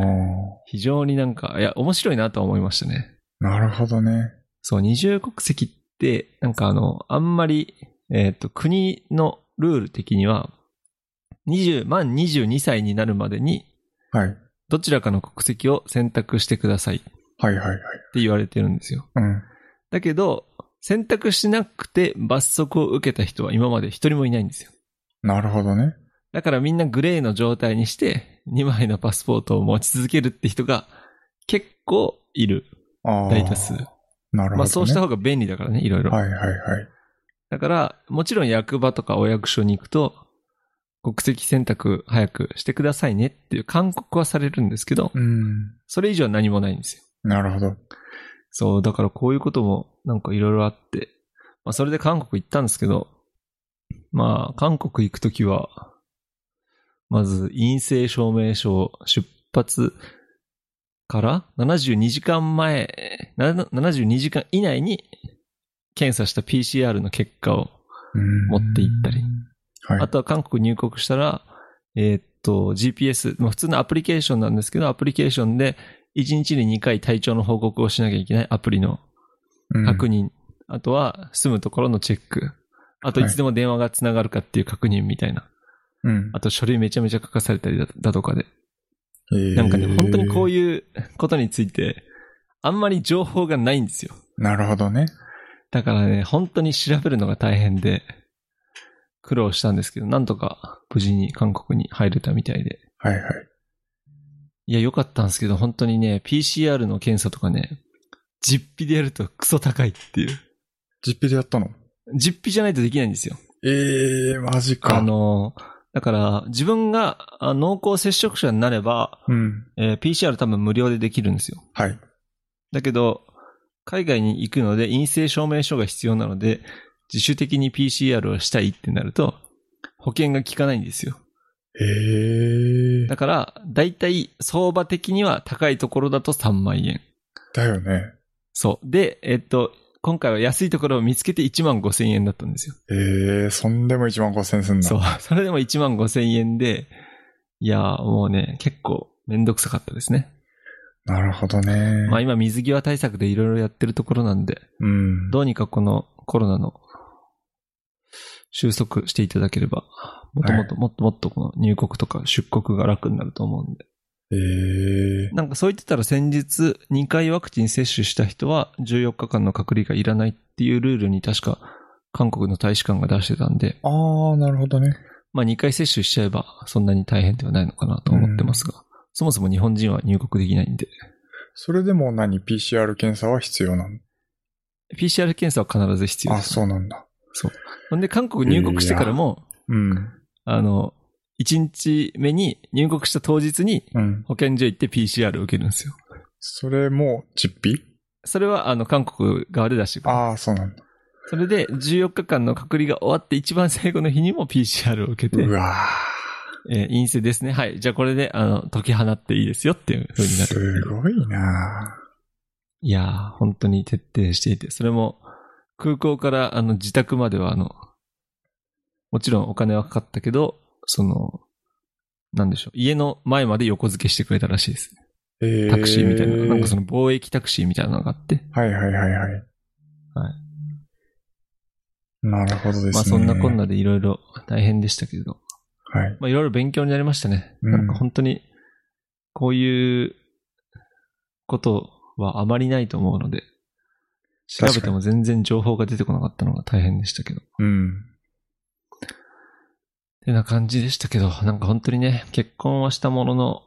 Speaker 1: 非常になんか、いや、面白いなとは思いましたね。
Speaker 2: なるほどね。
Speaker 1: そう、二重国籍って、なんかあの、あんまり、えっ、と、国のルール的には、20、満22歳になるまでに、
Speaker 2: はい。
Speaker 1: どちらかの国籍を選択してくださいって
Speaker 2: はいはいはい。
Speaker 1: 言われてるんですよ。
Speaker 2: うん。
Speaker 1: だけど、選択しなくて罰則を受けた人は今まで一人もいないんですよ。
Speaker 2: なるほどね。
Speaker 1: だからみんなグレーの状態にして、2枚のパスポートを持ち続けるって人が結構いる。
Speaker 2: ああ。
Speaker 1: 大多数。
Speaker 2: なるほど、ね。
Speaker 1: まあそうした
Speaker 2: は
Speaker 1: 方が便利だからね、いろいろ。
Speaker 2: いはいはい。
Speaker 1: だから、もちろん役場とかお役所に行くと、国籍選択早くしてくださいねっていう勧告はされるんですけど、
Speaker 2: うん。
Speaker 1: それ以上は何もないんですよ。
Speaker 2: なるほど。
Speaker 1: そう、だからこういうこともなんかいろいろあって、まあそれで韓国行ったんですけど、まあ韓国行くときは、まず陰性証明書を出発から72時間前、な72時間以内に検査した PCR の結果を
Speaker 2: うん
Speaker 1: 持って行ったり。
Speaker 2: はい。
Speaker 1: あとは韓国入国したら、えーっと、GPS、まあ、普通のアプリケーションなんですけど、アプリケーションで1日に2回体調の報告をしなきゃいけないアプリの確
Speaker 2: 認。
Speaker 1: 認、あとは住むところのチェック、あといつでも電話がつながるかっていう確認みたいな、
Speaker 2: うん
Speaker 1: あ。と書類めちゃめちゃ書かされたりだだとかで、な
Speaker 2: な
Speaker 1: んかね、本当にこう
Speaker 2: い
Speaker 1: いうことについて、あんまり情報がないんですよ。
Speaker 2: う。なるほどね。
Speaker 1: だからね、本当に調べるのが大変で、苦労したんですけど、なんとか無事に韓国に入れたみたいで。
Speaker 2: はいはい。
Speaker 1: いや、良かったんですけど、本当にね、PCR の検査とかね、実費でやるとクソ高いっていう。
Speaker 2: 実費でやったの
Speaker 1: 実費じゃないとできないんですよ。
Speaker 2: ええー、マジか。
Speaker 1: あの、だから、自分があ濃厚接触者になれば、
Speaker 2: うん。
Speaker 1: えー PCR 多分無料でできるんですよ。
Speaker 2: はい。
Speaker 1: だけど、海外に行くので陰性証明書が必要なので、自主的に PCR をしたいってなると、保険が効かないんですよ。
Speaker 2: ええー
Speaker 1: だ。から、だいたい相場的には高いところだと3万円。
Speaker 2: だよね。
Speaker 1: そう。で、えっと、今回は安いところを見つけて1万5千円だったんですよ。
Speaker 2: ええー、そんでも1万5千すんだ。
Speaker 1: そう。それでも1万5千円で、いやー、もうね、結構めんどくさかったですね。
Speaker 2: なるほどね。
Speaker 1: まあ今水際対策でいろいろやってるところなんで、
Speaker 2: うん。
Speaker 1: どうにかこのコロナの収束していただければ、もっともっともっともっとこの入国とか出国が楽になると思うんで。
Speaker 2: ええー。
Speaker 1: なんかそう言ってたら先日2回ワクチン接種した人は14日間の隔離がいらないっていうルールに確か韓国の大使館が出してたんで、
Speaker 2: ああ、なるほどね。
Speaker 1: まあ2回接種しちゃえばそんなに大変ではないのかなと思ってますが、そもそも日本人は入国できないんで、
Speaker 2: それでも何 ?PCR 検査は必要なの
Speaker 1: PCR 検査は必ず必要
Speaker 2: あ、
Speaker 1: です。
Speaker 2: そうなんだ。
Speaker 1: ほんで韓国入国してからも、
Speaker 2: うん。
Speaker 1: あの、1日目に入国した当日に
Speaker 2: うん。
Speaker 1: 保健所行って PCR 受けるんですよ。
Speaker 2: それも実費
Speaker 1: それはあの韓国側で出してくる。
Speaker 2: ああ、そうなんだ。
Speaker 1: それで14日間の隔離が終わって一番最後の日にも PCR を受けて
Speaker 2: う、わ
Speaker 1: えー陰性ですね。はい。じゃあこれであの解き放っていいですよっていう
Speaker 2: ー
Speaker 1: 風になる。
Speaker 2: すごいない
Speaker 1: やー、本当に徹底していて、それも空港からあの自宅まではあの、もちろんお金はかかったけど、その、なんでしょう。家の前まで横付けしてくれたらしいです。
Speaker 2: ーええ
Speaker 1: タクシーみたいな、なんかそ
Speaker 2: の。
Speaker 1: の貿易タクシーみたいなのがあって、
Speaker 2: はいはいはいはい。なるほどですね。
Speaker 1: まあそんなこんなでいろいろ大変でしたけれど。
Speaker 2: はい。
Speaker 1: まあいろいろ勉強になりましたね。
Speaker 2: うん
Speaker 1: なんか本当に、こういうことはあまりないと思うので、調べても全然情報が出てこなかったのが大変でしたけど。
Speaker 2: うん。
Speaker 1: てな感じでしたけど、なんか本当にね、結婚はしたものの、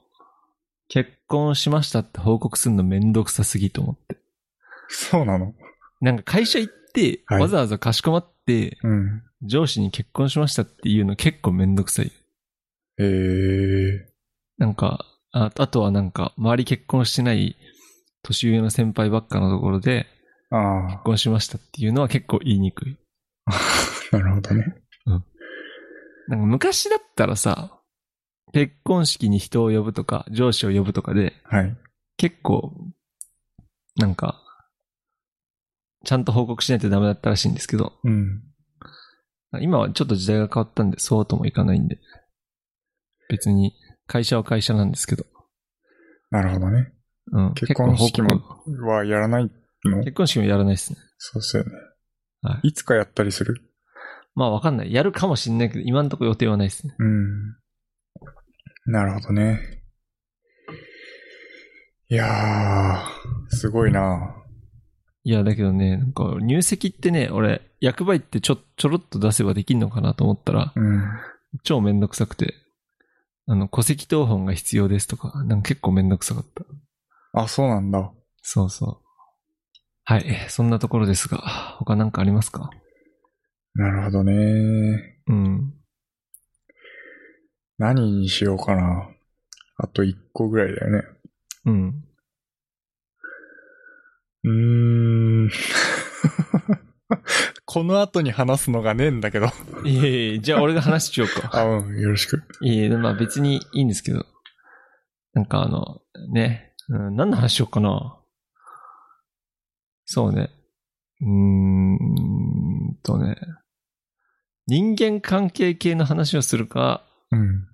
Speaker 1: 結婚しましたって報告するのめんどくさすぎと思って。
Speaker 2: そうなの
Speaker 1: なんか会社行って、
Speaker 2: はい
Speaker 1: わざわざかしこまって、
Speaker 2: うん。
Speaker 1: 上司に結婚しましたっていうの結構めんどくさい。
Speaker 2: ええ
Speaker 1: なんか、ああとはなんか、周り結婚してない年上の先輩ばっかのところで、
Speaker 2: ー。あ
Speaker 1: 結婚しましたっていうのは結構言いにくい。
Speaker 2: あ、なるほどね。
Speaker 1: なんか昔だったらさ、結婚式に人を呼ぶとか、上司を呼ぶとかで、
Speaker 2: はい。
Speaker 1: 結構、なんか、ちゃんと報告しないとダメだったらしいんですけど、
Speaker 2: うん。
Speaker 1: 今はちょっと時代が変わったんで、そうともいかないんで、別に会社は会社なんですけど、
Speaker 2: なるほどね。
Speaker 1: うん、
Speaker 2: 結婚式も
Speaker 1: 結構報告
Speaker 2: はやらないの
Speaker 1: 結婚式もやらないですね。
Speaker 2: そうっすよね。。
Speaker 1: はい
Speaker 2: いつかやったりする
Speaker 1: まあわかんない。やるかもしんないけど、今んとこ予定はないですね。
Speaker 2: うん。なるほどね。いやー、すごいない
Speaker 1: や、だけどね、なんか入籍ってね、俺、役場行ってちょ、ちょろっと出せばできんのかなと思ったら、
Speaker 2: うん。
Speaker 1: 超めんどくさくて、あの、戸籍謄本が必要ですとか、なんか結構めんどくさかった。
Speaker 2: あ、そうなんだ。
Speaker 1: そうそう。はい、そんなところですが、他なんかありますか
Speaker 2: なるほどね。
Speaker 1: うん。
Speaker 2: 何にしようかな。あと1個ぐらいだよね。
Speaker 1: うん。
Speaker 2: うーん。 この後に話すのがねえんだけど。
Speaker 1: いえいえ、じゃあ俺が話しちゃおうか。
Speaker 2: あ、うん、よろしく。
Speaker 1: いえいえ、まあ別にいいんですけど。なんかあの、ね、うん、何の話しようかな。そうね。うーんとね。人間関係系の話をするか、
Speaker 2: うん。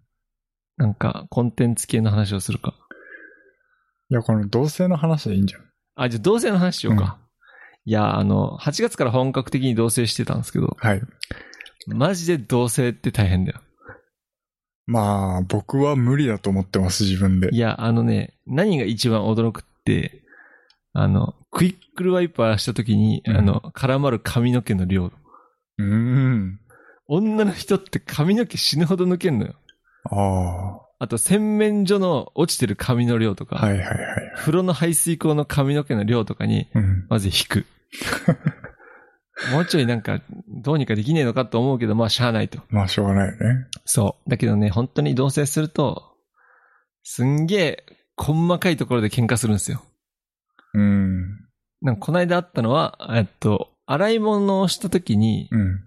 Speaker 1: なんかコンテンツ系の話をするか。
Speaker 2: いや、この同性の話でいいんじゃん。
Speaker 1: あ、じゃあ同性の話しようか。いや、あの、8月から本格的に同棲してたんですけど、
Speaker 2: はい。
Speaker 1: マジで同棲って大変だよ。
Speaker 2: まあ、僕は無理だと思ってます、自分で
Speaker 1: い。や、あのね、何が一番驚くって、あの、クイックルワイパーした時に、
Speaker 2: うん
Speaker 1: あの、絡まる髪の毛の量。
Speaker 2: うーん。
Speaker 1: 女の人って髪の毛死ぬほど抜けんのよ。
Speaker 2: ああ。
Speaker 1: あと、洗面所の落ちてる髪の量とか、
Speaker 2: はいはいはい。
Speaker 1: 風呂の排水口の髪の毛の量とかに、
Speaker 2: うん。
Speaker 1: まず引 く。もうちょいなんか、どうにかできねえのかと思うけど、まあ、しゃあないと。
Speaker 2: まあ、しょうがないよね。
Speaker 1: そう。だけどね、本当に同棲すると、すんげえ、細かいところで喧嘩するんですよ。
Speaker 2: うん。
Speaker 1: なんかこの間あったのは、えっと、洗い物をした時に、
Speaker 2: うん。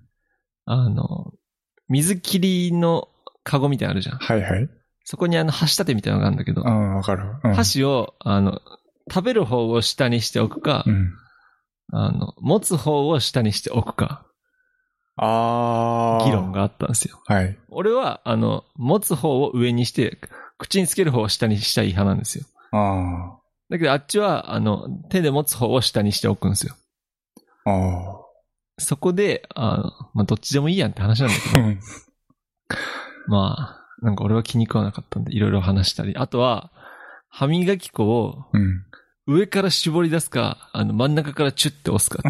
Speaker 1: あの、水切りのカゴみたいなのあるじゃん。
Speaker 2: はいはい。
Speaker 1: そこにあの、箸立てみたいなのがあるんだけど
Speaker 2: う、ん、わかる。うん。
Speaker 1: 箸を、あの、食べる方を下にしておくか
Speaker 2: う、ん。
Speaker 1: あの、持つ方を下にしておくか、
Speaker 2: ああ。
Speaker 1: 議論。があったんですよ。
Speaker 2: はい。
Speaker 1: 俺は、あの、持つ方を上にして、口につける方を下にしたい派なんですよ。
Speaker 2: あ
Speaker 1: だけどあっちは、あの、手で持つ方を下にしておくんですよ。
Speaker 2: あ。あ
Speaker 1: そこで、あの、まあ、どっちでもいいやんって話なんだけど
Speaker 2: あ。うん。
Speaker 1: まあ、なんか俺は気に食わなかったんで、いろいろ話したり。あとは、歯磨き粉を
Speaker 2: うん。
Speaker 1: 上から絞り出すか、あの、真ん中からチュッて押すか。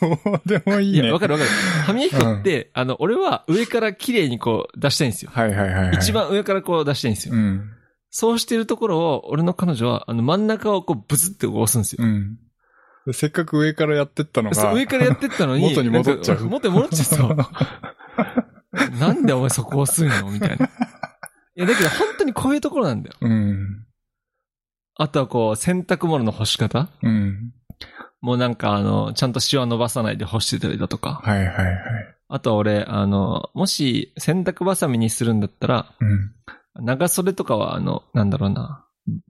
Speaker 2: どうでもい
Speaker 1: い
Speaker 2: いね。
Speaker 1: や、わか
Speaker 2: る。
Speaker 1: るわかる。歯磨き粉って、あの、俺は上から綺麗にこう出したいんですよ。
Speaker 2: はいはいはいはい。
Speaker 1: 一。番上からこう出したいんですよ。
Speaker 2: うん。
Speaker 1: そうしてるところを、俺の彼女は、あの、真ん中をこうブツって押すんですよ。
Speaker 2: うん。でせっかく上からやってったの
Speaker 1: そ
Speaker 2: が。
Speaker 1: う上からやってったのに、
Speaker 2: 元に戻っちゃう
Speaker 1: なんか元に戻っちゃう。なんでお前そこ押すんのみたいな。いや、だけど本当にこういうところなんだよ。
Speaker 2: うん。
Speaker 1: あとはこう、洗濯物の干し方
Speaker 2: うん。
Speaker 1: もうなんかあの、ちゃんとシワ伸ばさないで干してたりだとか。
Speaker 2: はいはいはい。
Speaker 1: あとは俺、あの、もし洗濯バサミにするんだったら、
Speaker 2: うん。
Speaker 1: 長袖とかはあの、なんだろうな、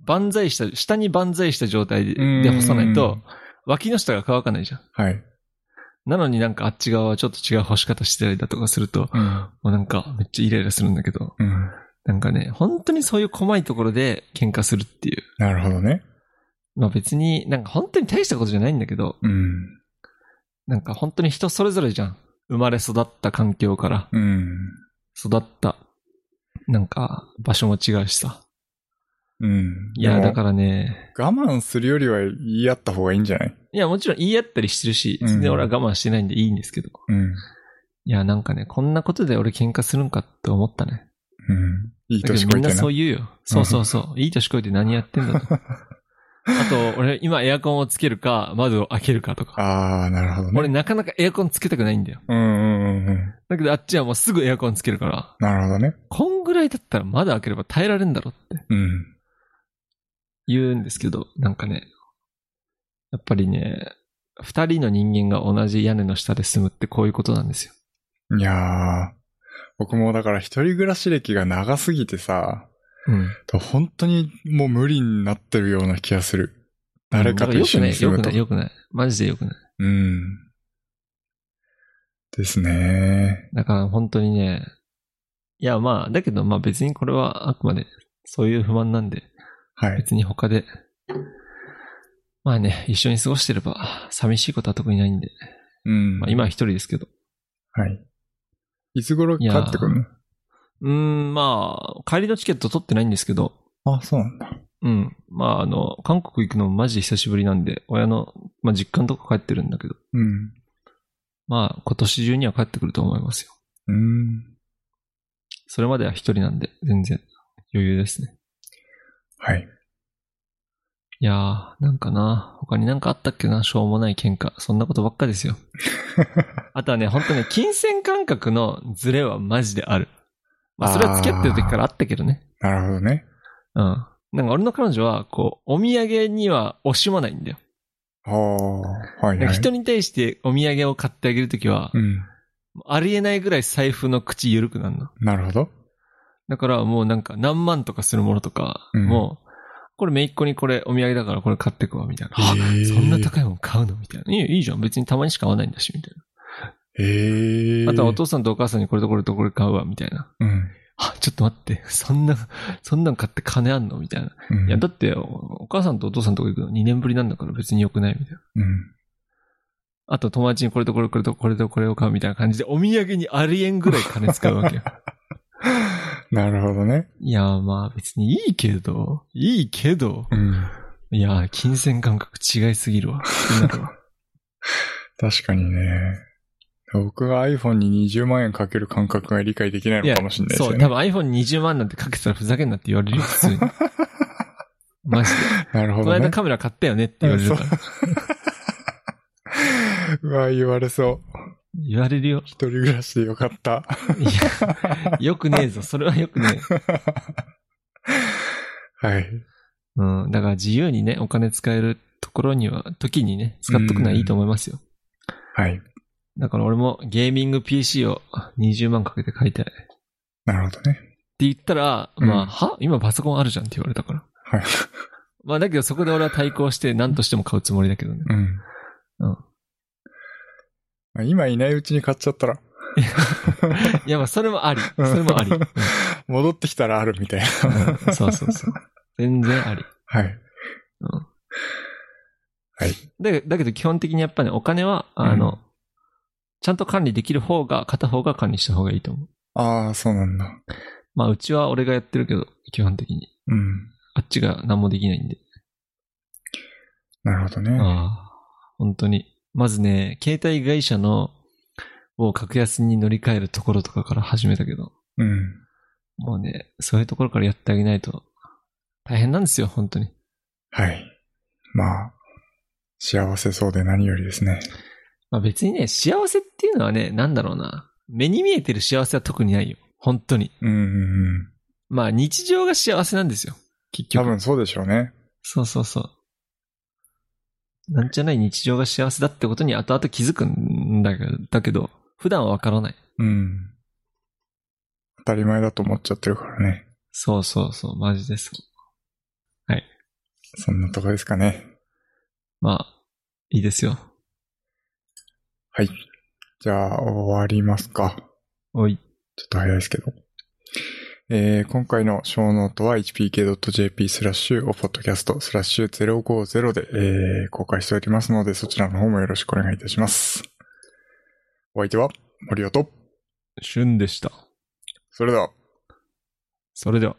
Speaker 1: 万歳した、下に万歳した状態で
Speaker 2: うん
Speaker 1: で干さないと、脇の下が乾かないじゃん。
Speaker 2: はい。
Speaker 1: なのになんかあっち側はちょっと違う干し方してたりだとかすると、
Speaker 2: うん。
Speaker 1: もうなんかめっちゃイライラするんだけど、
Speaker 2: うん。
Speaker 1: なんかね、本当にそういう細いところで喧嘩するっていう。
Speaker 2: なるほどね。
Speaker 1: まあ別になんか本当に大したことじゃないんだけど、
Speaker 2: うん。
Speaker 1: なんか本当に人それぞれじゃん。生まれ育った環境から、
Speaker 2: うん。
Speaker 1: 育った、なんか、場所も違うしさ。
Speaker 2: うん。。
Speaker 1: いや、だかららね、
Speaker 2: 我慢するよりは言い合った方がいいんじゃない
Speaker 1: いや、もちろん言い合ったりしてるし、
Speaker 2: うん
Speaker 1: 全然俺は我慢してないんでいいんですけど。
Speaker 2: うん。
Speaker 1: いや、なんかね、こんなことで俺喧嘩するんかって思ったね。
Speaker 2: うん。いい
Speaker 1: だけ
Speaker 2: 年
Speaker 1: ど
Speaker 2: こ
Speaker 1: み
Speaker 2: い
Speaker 1: んな
Speaker 2: てな
Speaker 1: そう。言うよ。そうそうそう。いい年こいて何やってんだ と。あと、俺今エアコンをつけるか、窓を開けるかとか。
Speaker 2: ああ、なるほどね。
Speaker 1: 俺なかなかエアコンつけたくないんだよ。
Speaker 2: うんうんうんうん。
Speaker 1: だけどあっちはもうすぐエアコンつけるから、
Speaker 2: なるほどね。
Speaker 1: こんぐらいだったら窓開ければ耐えられんだろって
Speaker 2: うん。
Speaker 1: 言うんですけど、なんかね、やっぱりね、二人の人間が同じ屋根の下で住むってこういうことなんですよ。
Speaker 2: いやー、僕もだから一人暮らし歴が長すぎてさ、
Speaker 1: うん。
Speaker 2: 本当にもう無理になってるような気がする。誰かと一緒に住
Speaker 1: よ
Speaker 2: む
Speaker 1: く
Speaker 2: と
Speaker 1: ない、。よくない、よくない。マジでよくない。
Speaker 2: うん。ですね。
Speaker 1: だから本当にね、いやまあ、だけどまあ別にこれはあくまでそういう不満なんで、
Speaker 2: はい。
Speaker 1: 別に他で、まあね、一緒に過ごしてれば寂しいことは特にないんで、
Speaker 2: うん。
Speaker 1: まあ今は一人ですけど。
Speaker 2: はい。いつ頃帰ってくる
Speaker 1: うーん、まあ、帰りのチケット取ってないんですけど、
Speaker 2: のあ、そうなんだ。
Speaker 1: うん。まああの、韓国行くのもマジで久しぶりなんで、親の、まあ実家のとこ帰ってるんだけど、
Speaker 2: うん。
Speaker 1: まあ今年中には帰ってくると思いますよ。
Speaker 2: うん。
Speaker 1: それまでは一人なんで、全然余裕ですね。
Speaker 2: はい。
Speaker 1: いやー、なんかな、他になんかあったっけな、しょうもない喧嘩。そんなことばっか ですよ。あとはね、本当ね、金銭感覚のズレはマジである。まあ、それは付き合ってる時からあったけどね。
Speaker 2: なるほどね。
Speaker 1: うん。なんか俺の彼女は、こう、お土産には惜しまないんだよ。
Speaker 2: ああ、はい
Speaker 1: なん
Speaker 2: は
Speaker 1: か
Speaker 2: い。
Speaker 1: 人に対してお土産を買ってあげるときは
Speaker 2: う、ん。
Speaker 1: ありえないぐらい財布の口緩くなるの。
Speaker 2: なるほど。
Speaker 1: だからもうなんか何万とかするものとか、
Speaker 2: うん
Speaker 1: もう、これめいっ子にこれお土産だからこれ買ってくわ、みたいな。あ
Speaker 2: へー
Speaker 1: そんな高いもん買うのみたいな。いいいいじゃん。別にたまにしか会わないんだし、みたい
Speaker 2: ええ
Speaker 1: な。あとはお父さんとお母さんにこれとこれとこれ買うわ、みたいな。
Speaker 2: うん。
Speaker 1: あ、ちょっと待って。 そんな、そんなん買って金あんのみたいな。
Speaker 2: うん。
Speaker 1: いや、だってお、お母さんとお父さんとこ行くの2年ぶりなんだから別に良くないみたいな。
Speaker 2: うん。
Speaker 1: あと友達にこれとこれこれとこれとこれを買うみたいな感じで、お土産にありえんぐらい金使うわけよ。
Speaker 2: なるほどね。
Speaker 1: いや、まあ別にいいけど、いいけど、
Speaker 2: うん。
Speaker 1: いやー、金銭感覚違いすぎる わ。なんか
Speaker 2: 確かにね。僕が iPhone に20万円かける感覚が理解できないのかもしれないです
Speaker 1: そ
Speaker 2: よ
Speaker 1: う、多
Speaker 2: ね。
Speaker 1: 分 iPhone20 万なんてかけてたらふざけんなって言わ れるよ、普通に。マジで。
Speaker 2: なるほ
Speaker 1: この
Speaker 2: ど
Speaker 1: 間
Speaker 2: ね。
Speaker 1: カメラ買ったよねって言われるから。
Speaker 2: うわ、言われそう。
Speaker 1: 言われるよ。
Speaker 2: 一人暮らしでよかった。
Speaker 1: いや、よくねえぞ。それはよくねえ。
Speaker 2: はい。
Speaker 1: うん。だから自由にね、お金使えるところには、時にね、使っとくのはいいと思いますよ。
Speaker 2: はい。
Speaker 1: だから俺もゲーミング PC を20万かけて買いたい。って
Speaker 2: なるほどね。
Speaker 1: 言ったら、
Speaker 2: うん
Speaker 1: まあ、は今パソコンあるじゃんって言われたから。
Speaker 2: はい。
Speaker 1: まあだけどそこで俺は対抗して何としても買うつもりだけど ね。
Speaker 2: うん。
Speaker 1: うん
Speaker 2: まあ今いないうちに買っちゃったら、
Speaker 1: いや、まあ、それもあり。それも あり。
Speaker 2: 戻ってきたらあるみたいな。
Speaker 1: うんそうそう そう。全然あり。
Speaker 2: はい。
Speaker 1: だだけど、基本的にやっぱね、お金は、あの、
Speaker 2: うん
Speaker 1: ちゃんと管理できる方が、片方が管理した方がいいと思う。
Speaker 2: ああ、そうなんだ。
Speaker 1: まあ、うちは俺がやってるけど、基本的に。
Speaker 2: うん。
Speaker 1: あっちが何もできないんで。
Speaker 2: なるほどね。
Speaker 1: ああ、本当に。まずね、携帯会社の、を格安に乗り換えるところとかから始めたけど、
Speaker 2: うん。
Speaker 1: もうね、そういうところからやってあげないと、大変なんですよ、本当に。
Speaker 2: はい。まあ、幸せそうで何よりですね。
Speaker 1: まあ別にね、幸せっていうのはね、なんだろうな。目に見えてる幸せは特にないよ。本当に。
Speaker 2: うんうんうん。
Speaker 1: まあ日常が幸せなんですよ。結局。
Speaker 2: 多分そうでしょうね。
Speaker 1: そうそうそう。なんじゃない日常が幸せだってことに後々気づくんだけど、だけど普段はわからない。
Speaker 2: うん。当たり前だと思っちゃってるからね。
Speaker 1: そうそうそう、マジでそう。
Speaker 2: そんなとこですかね。
Speaker 1: まあ、いいですよ。
Speaker 2: はい。じゃあ、終わりますか。
Speaker 1: おい。
Speaker 2: ちょっと早いですけど。えー今回の小ノートは hpk.jp スラッシュをポッドキャストスラッシュ050で、えー公開しておりますので、そちらの方もよろしくお願いいたします。お相手は
Speaker 1: 森尾と、
Speaker 2: 旬でした。
Speaker 1: それでは。
Speaker 2: それでは。